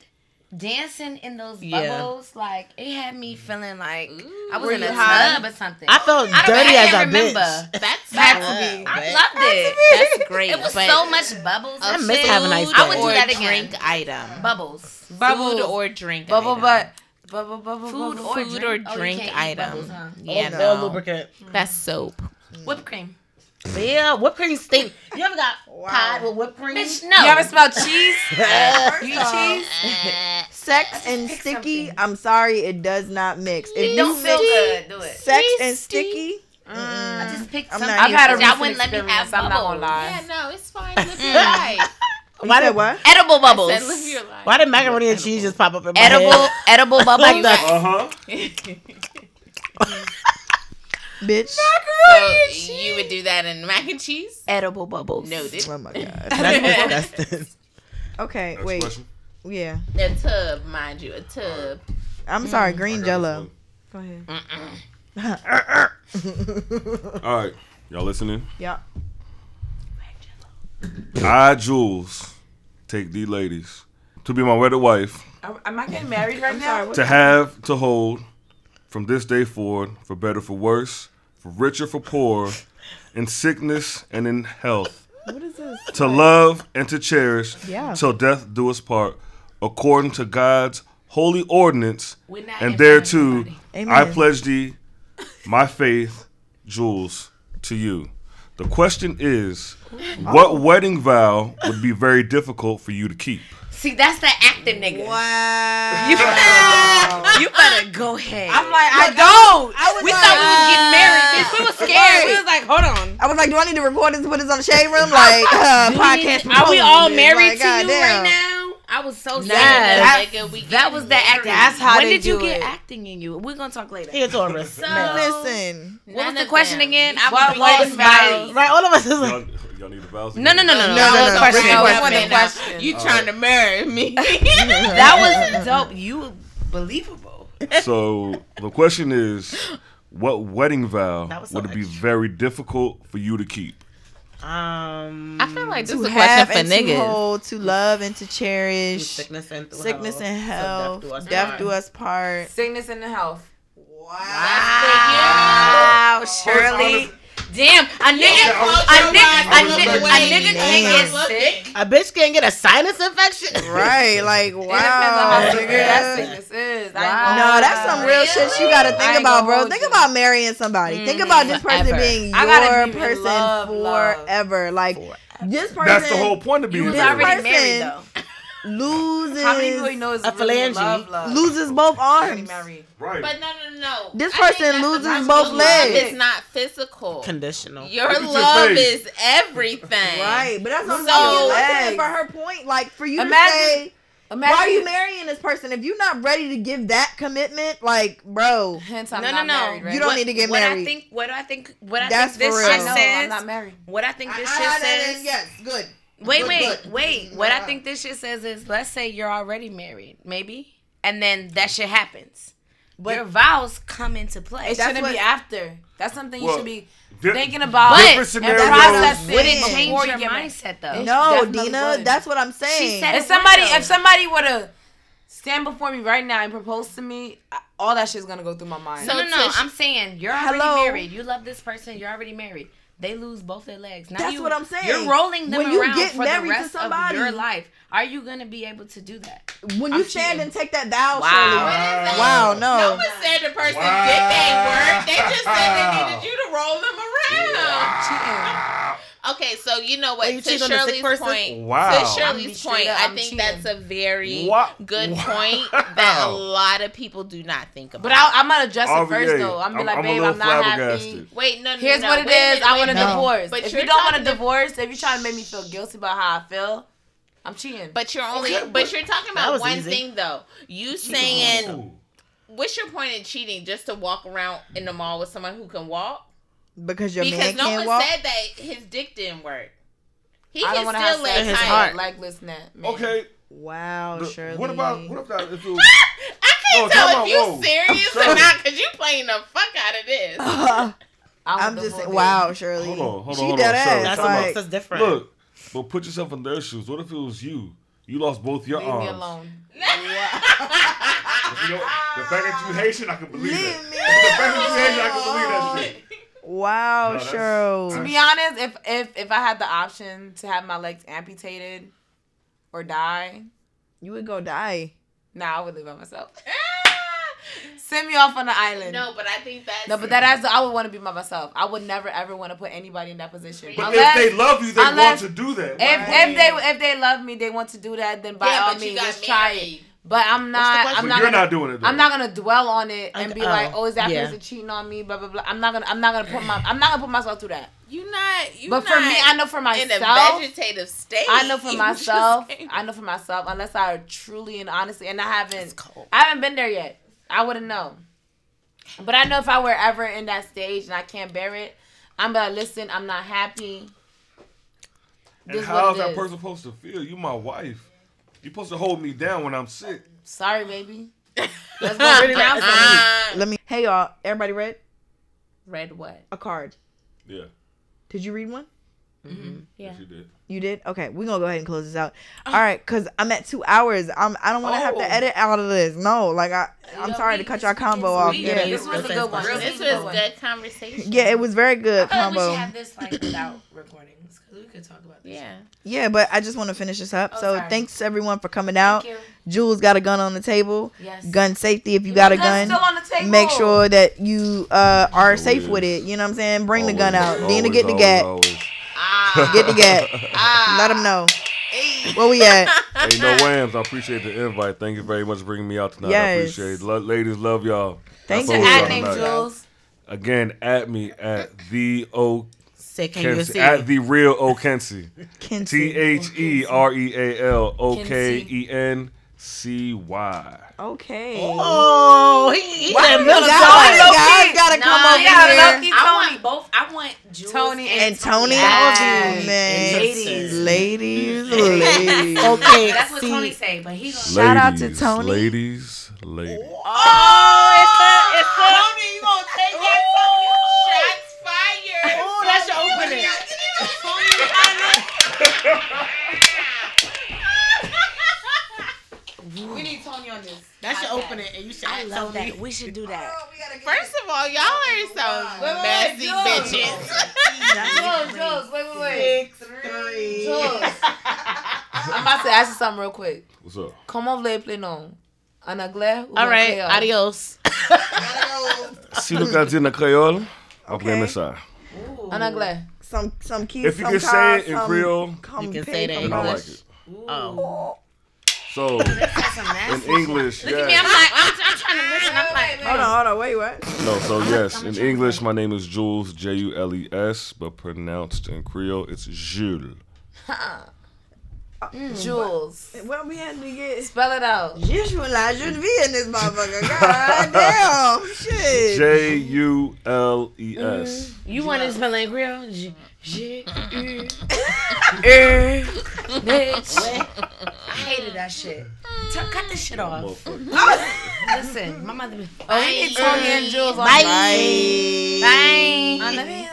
dancing in those Yeah. bubbles, like it had me feeling like I was Were in a you high? tub or something. I felt I don't- I dirty as can't a remember. bitch. That's Back fun. to me. I loved it. That's great. It was but so much bubbles. a and miss shit. having ice food cream. I would do or that again. Drink item. bubbles. Food or drink. Bubble item. butt. Bubble bubble Food bubble. or Food drink, or drink Oh, item. item. Yeah, no. Oil no. lubricant. That's soap. Mm. Whipped cream. Yeah, whipped cream stink. You ever got pie with whipped cream? Bitch, no. You ever smell cheese? You cheese, uh, sex and sticky. I'm sorry, it does not mix. If it you don't feel mix good. Do it. sex and sticky, I just picked I'm something. not here I've had for a that. y'all wouldn't let me have I'm bubbles. not gonna lie. Yeah, no, it's fine. Live your life. you said what? Edible bubbles. Said live your life. Why did macaroni and cheese just pop up in my Edible, head? edible What bubbles. the- huh. Bitch. So you would do that in mac and cheese? edible bubbles. Noted. Oh my god. That's disgusting. Okay, wait. Yeah, A tub, mind you, a tub. I'm sorry. Green Jello. Go ahead. All right, y'all listening? Yeah. I Jules take these ladies to be my wedded wife Am am I getting married right now? to have to hold from this day forward for better for worse for richer for poor in sickness and in health What is this? to love and to cherish Yeah. till death do us part according to God's holy ordinance We're not and answering thereto anybody. I Amen. pledge thee my faith, Jules, to you. The question is, what wedding vow would be very difficult for you to keep? See, that's the acting nigga. Wow. You better, you better go ahead. I'm like, I don't. I was we like, thought we was getting married. Bitch, we were scared. She was like, hold on. I was like, do I need to record this and put this on the shade room? Like, uh, podcast. Are we proposal, all bitch. married Like, to you right goddamn. now? I was so scared. Yes. That, that was the acting. That's how when they did you do get it. acting in you? We're gonna talk later. He a Taurus. Listen. What was None the of question them. again? I What was lost was by Right, all of us is like, Y'all, y'all need the vows. no, no, no, no, no. No, that no, was no, question. bring it That up. was- the question. You trying to marry me? That was dope. You believable. So the question is, what wedding vow was so would it be extra. very difficult for you to keep? um, I feel like this To is a have question and for to niggas. hold, to love and to cherish. sickness and through Sickness health. and So health. death do us Death part. do us part. Sickness and the health. Wow, Shirley. Damn, a nigga, a nigga, a nigga, a nigga can't get sick. A bitch can't get a sinus infection. Right, like wow, Depends on how severe that nigga. sickness is. No, I, ain't gonna that's lie. some real shit you gotta think ain't about, gonna bro. hold Think you. Mm-hmm. about marrying somebody. Think about this person Forever. being I gotta your be in person love, love. forever. Like this person That's the whole point of being You was this married. already person married though. loses How many people you know is A really phalange. love, love? loses both arms. Married. Right. But no, no, no. This I think person that's the loses problem. both Your legs. Love is not physical. Conditional. Your at your love face. is everything. Right, but that's what I'm So- saying. That's it For her point, like for you Imagine- to say, Imagine why are you marrying this person if you're not ready to give that commitment? Like, bro, Hence, I'm No, no, not no. married. Right? you don't need to get what married. I think, what I think, what I That's think for this real. shit I know, I'm says, not married. what I think this I- shit I- I- says, Ah, yes, good. wait, Good, wait, good. Mm-hmm. wait. What I think this shit says is, let's say you're already married, maybe, and then that shit happens. Your vows come into play. It That's shouldn't what- be after. That's something you Well, should be Di- thinking about. But- different and scenarios. process Would it saying. change before your you get married. mindset though? It's- No, definitely Dina, would. that's what I'm saying. She said If it somebody, would, though. if somebody were to stand before me right now and propose to me, I- all that shit's gonna go through my mind. No, no, no. I'm saying you're already Hello? married. You love this person. You're already married. They lose both their legs. Now That's you- what I'm saying. You're rolling them When you around get for married the to rest somebody- of your life. Are you gonna be able to do that? when you I'm stand cheating. and take that vow, Wow. Shirley. Wow, No no. one said the person Wow. did they work. They just said they needed you to roll them around. cheating. Okay, so you know Are what? you to cheating on a sick Shirley's person? point, to Wow. I'm Shirley's point, straight up, I I'm think cheating. that's a very Wow. good Wow. point that a lot of people do not think about. But I, I'm gonna address it RVA, first though. I'm gonna be like, I'm a babe, little I'm not happy. flabbergasted. wait, no, no, Here's no, what it wait a is. minute, I wait want a a minute. divorce. But if you're you don't want a talking to- divorce, if you're trying to make me feel guilty about how I feel, I'm cheating. But you're only, Okay, but- but you're talking That about was one easy. thing though. You saying, what's your point in cheating? Just to walk around in the mall with someone who can walk? Because your man because no can't one walk. said that his dick didn't work. He I can don't want to have still sex lay in his tight. heart. legless net. man. Oh, Okay. Wow, but Shirley. What about what about if it was I No, time can't tell out, if you whoa. serious or Shirley. not because you playing the fuck out of this. I want I'm the just full saying, dick. wow, Shirley. Hold on, hold she on, hold dead on, Shirley. ass. That's Time almost Like, that's different. look? But put yourself in their shoes. What if it was you? You lost both your Leave arms. me alone. You know, the fact that you Haitian, I can believe leave that. me The fact that you Haitian, I can alone. believe that shit. Wow, No, that's- Shirley. To be honest, if if if I had the option to have my legs amputated or die, You would go die. nah, I would live by myself. Send me off on an island. no, but I think that's No, but that as I would want to be by myself. I would never ever want to put anybody in that position. But unless if they love you, they unless- want to do that. if, Why? if they if they love me, they want to do that. Then by yeah, all but you means, got let's try it. married. But I'm the not. question? I'm But not. you're gonna, not doing it. Though. I'm not gonna dwell on it and Like, be like, oh, oh, is that yeah. person cheating on me? Blah blah blah. I'm not gonna. I'm not gonna put my. I'm not gonna put myself through that. You not. You but not for me, I know for in a myself. vegetative state. I know for You myself. just can't- I know for myself. Unless I truly and honestly, and I haven't, cold. I haven't been there yet. I wouldn't know. But I know if I were ever in that stage and I can't bear it, I'm gonna listen. I'm not happy. And is how what is it that is. person supposed to feel? You my wife. You supposed to hold me down when I'm sick. Sorry, baby. That's not really that. Let me. Hey, y'all. Everybody read Read what? a card. Yeah, Did you read one? yeah. she did. You did? Okay, we're gonna go ahead and close this out. Uh-huh. All right, cause I'm at two hours. I'm I don't wanna have Oh. to edit out of this. No, like I I'm sorry to cut y'all combo off. we- Yeah. we- This was a good one. This was good conversation. Yeah, it was very good I feel like we combo. should have this like without recordings because we could talk about this. Yeah. Yeah, but I just wanna finish this up. So Oh, sorry. thanks everyone for coming out. you. Jules got a gun on the table. Yes. Gun safety if you got a Gun's gun. still on the table. Make sure that you uh, are safe with Always. it. You know what I'm saying? Bring the gun out. Always, Dina, get the always, gat. always. Get the gat. Let them know. Where we at? hey, no whams. I appreciate the invite. Thank you very much for bringing me out tonight. I Yes. appreciate it. Lo- ladies, love y'all. Thank That's what you. we Ad got name, tonight. Jules. Again, at me at the O Say, can you Kensi, see? at the real O Kensi. T Kenzie. H E R E A L O K E N C Y. Okay. Oh, he, he Why said you middle guys, daughter. guys gotta come Nah, over you gotta here. Lucky I Tony. want both. I want Jules Tony and Tony. That Oh, would be man. interesting. Ladies, ladies. Okay, That's what see. Tony say, but he gonna. Shout out to Tony. Ladies, ladies. Oh, it's a, it's a, Tony, you gonna take that Tony? Shots fired. oh, that's your opening. We need Tony on this. That's your opening, and you should I love Tony. We should do that. First of all, y'all are so messy bitches. Jules, Jules, wait, wait, wait. Six, three. Jules. I'm about to ask you something real quick. What's up? Comment vous l'avez prénom? En anglais ou All en right, créole? adios. See, look out in the Creole. Okay. En anglais. Some some keys. If you some can cars, say it in some Creole, come You can pay, say it in come then I like buy. it. Oh, So in English, yes. Hold on, hold on, wait, what? No, so yes, in English, my name is Jules, J U L E S, but pronounced in Creole, it's Jules. Jules. Well, we had to get Spell it out. visualize your V in this motherfucker. God damn, shit. J U L E S. You want to spell in Creole? J- J- U- Eh. Bitch. I hated that shit. T- cut this shit off. Motherfucker. Listen, my mother. Oh, we need Tony and Jules on Bye. Bye.